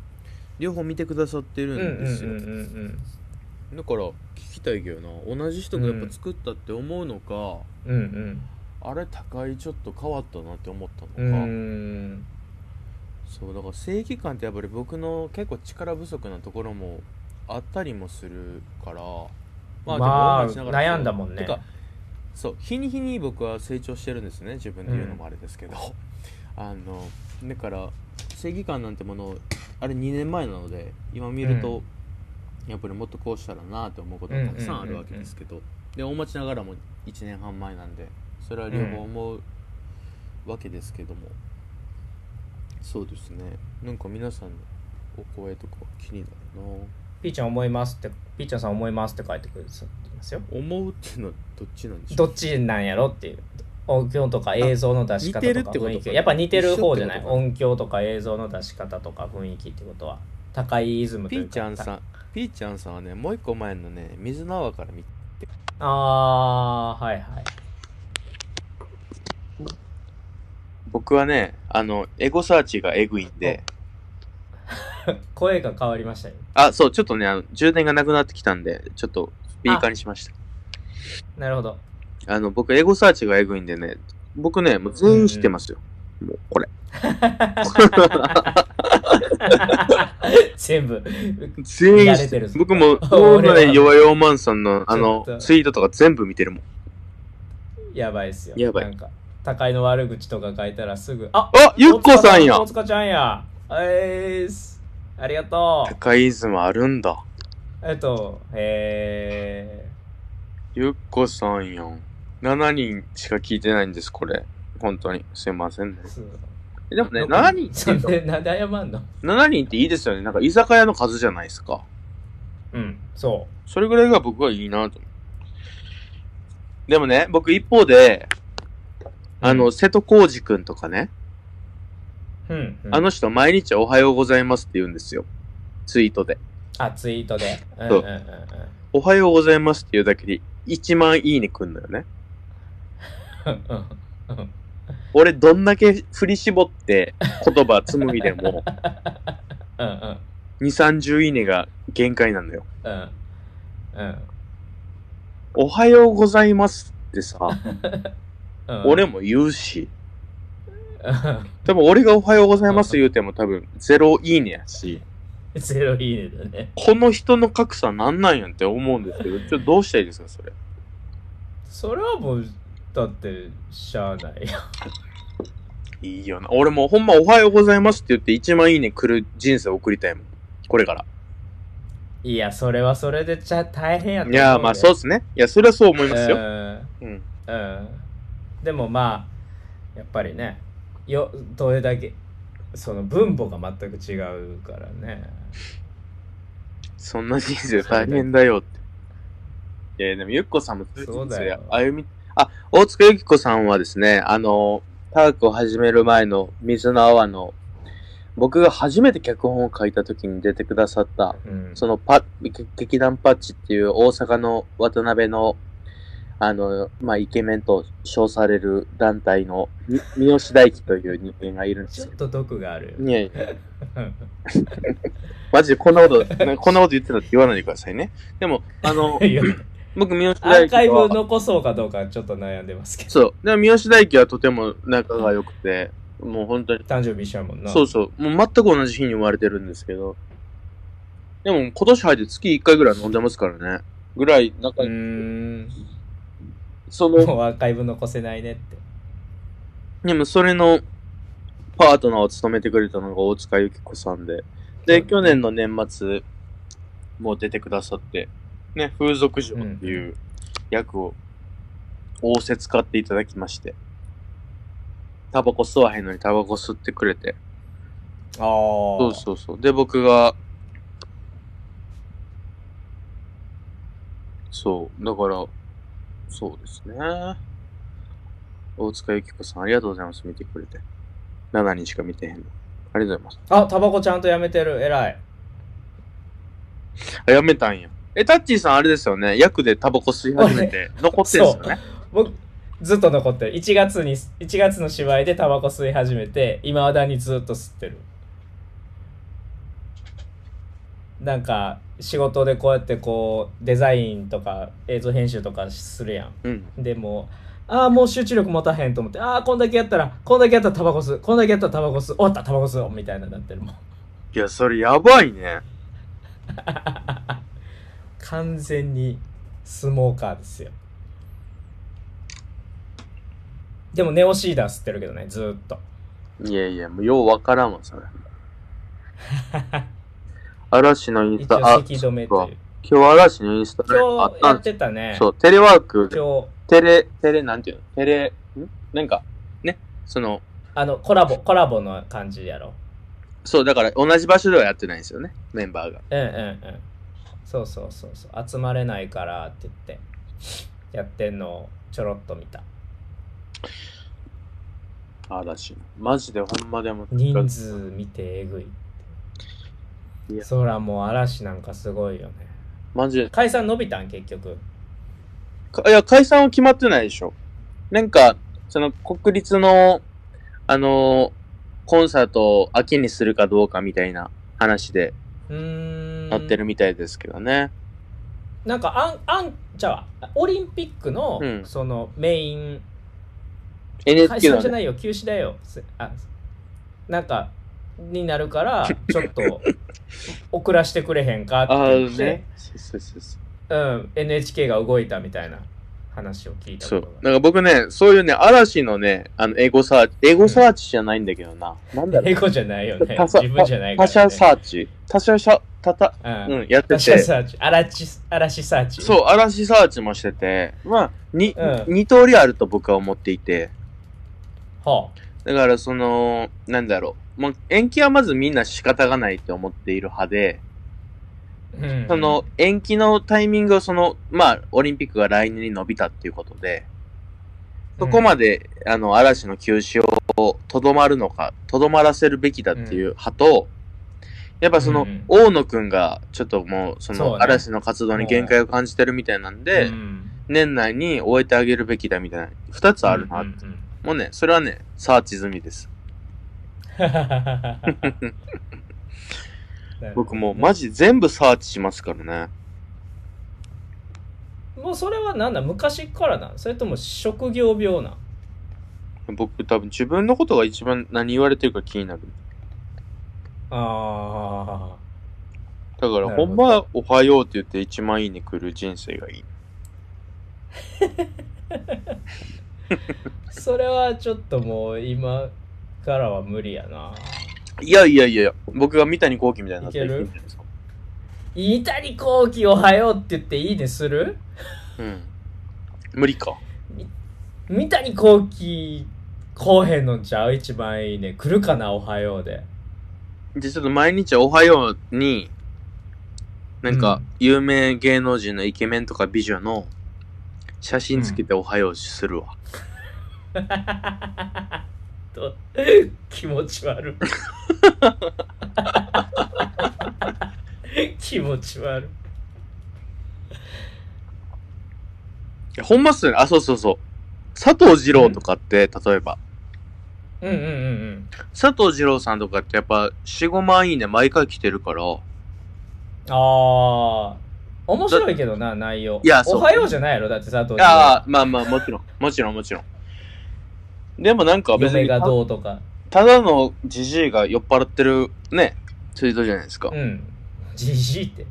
両方見てくださって
う
る
んうん
ん
うん
ですよ、
うん
だから聞きたいけどな同じ人がやっぱ作ったって思うのか、
うんうん
あれ高いちょっと変わったなって思ったのか、
うんうん
そうだから正義感ってやっぱり僕の結構力不足なところもあったりもするから
まあ
でも我慢しながら
悩んだもんね
てかそう日に日に僕は成長してるんですね自分で言うのもあれですけど、 あのだから正義感なんてものをあれ2年前なので今見ると、やっぱりもっとこうしたらなって思うことがたくさんあるわけですけど、で大町ながらも1年半前なんでそれは両方思うわけですけども、そうですねなんか皆さんのお声とか気になるな
ピーちゃん思いますってピーちゃんさん思いますって書いてくれてますよ
思うっていうのはどっちなんでしょ
ど
う
っちなんやろっていう音響とか映像の出し方
あ似てる
とか
ってことか
雰囲気やっぱ似てる方じゃない
一緒ってことか
音響とか映像の出し方とか雰囲気ってことは高いイズムと
ピ
いう
ー
か
ちゃんさんピーちゃんさんはねもう一個前のね水の泡から見て
ああはいはい
僕はねあのエゴサーチがエグいんで
声が変わりましたよ
あそうちょっとねあの充電がなくなってきたんでちょっとスピーカーにしました
なるほど
あの僕エゴサーチがエグいんでね僕ねもう全員知ってますよ、もうこ れ
全部
全員
見られてるぞ
僕も脳
俺は
内弱々マンさんの
ちょ
あ
っ
の
と
ツイートとか全部見てるもん
やばいっすよ
やばい
なんか高いの悪口とか書いたらすぐあ
あゆっこさんや
大塚ちゃんやえーすありがとう
高いイズムあるんだ
えっとえ
ゆっこさんやん7人しか聞いてないんですこれ本当にすいませんね
ーす
えでもね
どこに
7
そん
人って
でなんで謝んの
7人っていいですよねなんか居酒屋の数じゃないですか
うんそう
それぐらいが僕はいいなと思うでもね僕一方であの、瀬戸康史くんとかね、
うん、うん
あの人毎日おはようございますって言うんですよ。ツイートで。
あツイートでうんう
そ
ん
う
うん
おはようございますっていうだけで1万いいねくんのよね。
うんうん
俺どんだけ振り絞って言葉紡い でも
うん
2、30いいねが限界なんだよ。
うんうん
おはようございますってさ、
うん
俺も言うし、
うん
多分俺がおはようございます言うても多分ゼロいいねやし、
ゼロいいねだね
この人の格差なんなんやんって思うんですけど、ちょっとどうしたらいいですか、それ。
それはもうだってしゃあないよ
いいよな。俺もうほんまおはようございますって言って1万いいね来る人生送りたいもん。これ から。
いやそれはそれでちゃ大変やと思
いやーまあそうですね。いや、それはそう思います
よ
よ。うん。
うん、うん、でもまあやっぱりねよどれだけその分母が全く違うからね
そんな人生大変だよって。いや、でもゆっこさんも
そうだよ
歩み、あ、大塚ゆきこさんはですね、あの、タークを始める前の水の泡の、僕が初めて脚本を書いた時に出てくださった、
うん
そのパ劇劇団パッチっていう大阪の渡辺の、あの、まあ、イケメンと称される団体のみ三好大輝という人間がいるんで
ち
す
ょっ
よ。
と毒があるよ
いやいや、 マジでこんなこと、なこんなこと言ってたって言わないでくださいね。でも、あの、
いや
僕、三好
アー
大
カイ
輝
ブ
は、
残そうかどうかちょっと悩んでますけど
そう、でも三好大輝はとても仲が良くて、もう本当に、
誕生日一緒やもんな
そうそう、もう全く同じ日に生まれてるんですけど、でも今年入って月1回ぐらい飲んでますからね。ぐらい、なんか
う、ーん
その、
もうアーカイブ残せないねって
でもそれのパートナーを務めてくれたのが大塚由紀子さんで。で、去年の年末もう出てくださって、ね、風俗嬢っていう役を仰せ使っていただきまして。タバコ吸わへんのにタバコ吸ってくれて。
ああそ
そうそうそう。で、僕が、そう、だから、そうですね。大塚由紀子さん、ありがとうございます。見てくれて。7人しか見てへんの。ありがとうございま
あタバコちゃんとやめてる偉い
す。あ、やめたんや。え、タッチーさん、あれですよね。役でタバコ吸い始め て、残ってんすよね。
僕ずっと残ってる1月に1月の芝居でタバコ吸い始めて今だにずっと吸ってるなんか仕事でこうやってこうデザインとか映像編集とかするや
うん。
んでもああもう集中力持たへんと思ってああこんだけやったらこんだけやったらタバコ吸うこんだけやったらタバコ吸う終わったタバコ吸おうみたいななってるもん
いや、それやばいね。
完全にスモーカーですよでもネオシーダー吸ってるけどねずーっと
いやいや、もうようわからんわ、 それ。嵐のインス
一
タ、
応
あ、
息止め
そっ
と
か
いう
今日嵐のインスタライブ
今
あっ
日や
た
っ
んです
てたね
そう、テレワークで、
今日
テレ、テレ、なんていうのテレ、んなんか、ね、その、
あのコラボコラボの感じやろ
そう、だから同じ場所ではやってないんですよね、メンバーが。
うんうんうんそうそうそうそう集まれないからって言ってやってんのをちょろっと見た
嵐の。マジでほんまでも。
人数見てえぐい
いや
そらもう嵐なんかすごいよね
マジで。
解散伸びたん結局
かいや、解散は決まってないでしょ。なんか、その、国立の、あのーコンサートを秋にするかどうかみたいな話で
うーん
なってるみたいですけどね。
なんかあんあんじゃあオリンピックの、
うん
そのメイン
NHK
解散じゃ
の、
な
ね、
いよ休止だよすあなんかになる からちょっと遅らしてくれへんかって
ああ
言っ
ー
て、
ね。そうそうそうそう。
うん、NHK が動いたみたいな話を聞いた
そ
こ
う
と。が
なんか僕ね、そういうね、嵐のね、あの、エゴサーチ、エゴサーチじゃないんだけどな。なんだろ
エ
う。
ゴじゃないよ ね
他者
自分じゃないか
他
ら、
社
ね、
サーチ。他社社、たた、
う
うんん、やって
他社
て。
サーチ嵐嵐サーチ
そう、嵐サーチもしてて。まあ、に、
うん
二通りあると僕は思っていて。
は
だから、その、なんだろう。まあ、延期はまずみんな仕方がないと思っている派で、
あ、うん、
その、延期のタイミングをその、まあ、オリンピックが来年に伸びたっていうことで、そこまで、あの、嵐の休止をとどまるのか、とどまらせるべきだっていう派と、やっぱその、
うん
大野くんが、ちょっともう、そ
そう
の、
ね
嵐の活動に限界を感じてるみたいなんで、
うん
年内に終えてあげるべきだみたいな、二つあるな、
うんうんうん
もうね、それはね、サーチ済みです。 僕もう、マジ全部サーチしますからね。
もうそれは何だ昔からなんそれとも職業病なん
僕多分自分のことが一番何言われてるか気になる。
あ
だから、
な
ほ
るほど
んま、おはようって言って一万いいね来る人生がいい。
あそれはちょっともう今からは無理やない
やいやいやいや、僕が三谷幸喜みたいになったら
いける
いいんじゃないですか。
三谷幸喜おはようって言っていいねする
うん。無理か。
三谷幸喜こうへんのんちゃう一番いいね来るかなおはようで
じゃあちょっと毎日おはように、なん
う
か
ん、
有名芸能人のイケメンとか美女の写真つけておはようするわ。
と気持ち悪い 気持ち悪い
いやほんまっすよね。あ、そうそうそう。佐藤二郎とかって、例えば、
うんうんうん
佐藤二郎さんとかってやっぱ4、5万いいね毎回来てるから、
うんああ面白いけどな内容
いやそう
おはようじゃないやろだって佐藤
ああ、まあまあ、もちろん、もちろん、もちろん。でもなんか別
嫁
に
が
た、
どうとか
ただのじじいが酔っ払ってるね、ツイートじゃないですか。
うんじじいって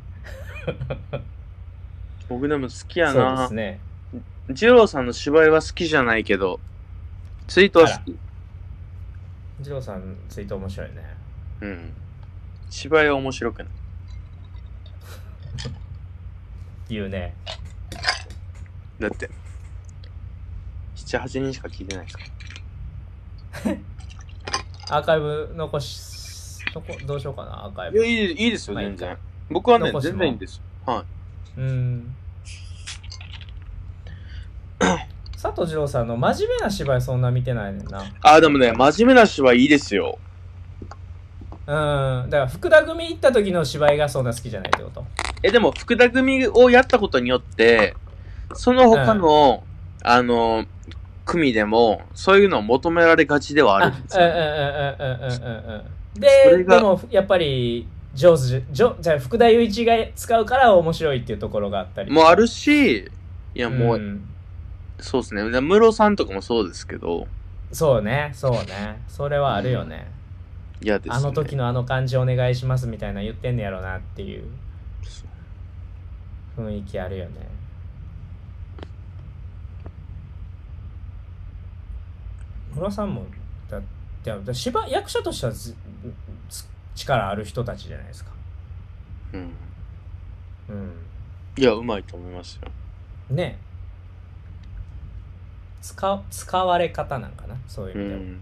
僕でも好き
そ
や
うで
な
す。ね
二郎さんの芝居は好きじゃないけど、ツイートは好き。
二郎さんツイート面白いね
うん。芝居は面白くない。
言うね
だって、7、8人しか聞いてないですから。
アーカイブ残し残どうしようかなアーカイ
いや、
ブ
いいいいですよ、
まあいい
全
か
然。僕はね、
残しも
全然いいんですよ。はい。
うん佐藤二郎さんの真面目な芝居そんな見てないねんな
あ、でもね、真面目な芝居いいですよ。
うんだから福田組行った時の芝居がそんな好きじゃないってこと
え、でも、福田組をやったことによって、その他の、あの、組でも、そういうのを求められがちではあるんですよ。
うんうんうんうんうんうんうん
そ
で
れが
でもやっぱり上手じ上じゃあ福田雄一が使うから面白いっていうところがあったり
もあるし、いや、もう、
ん
そうですね。で室さんとかもそうですけど、
そうねそうねそれはあるよね、
嫌です、ね。
あの時のあの感じお願いしますみたいな言ってんねやろなっていう
そう
雰囲気あるよね村さんもだだだ芝役者としてはずつ力ある人たちじゃないですか
うん。
うん
いや、うまいと思いますよ。
ねえ使使われ方なんかなそういう
う
意味では、
ん。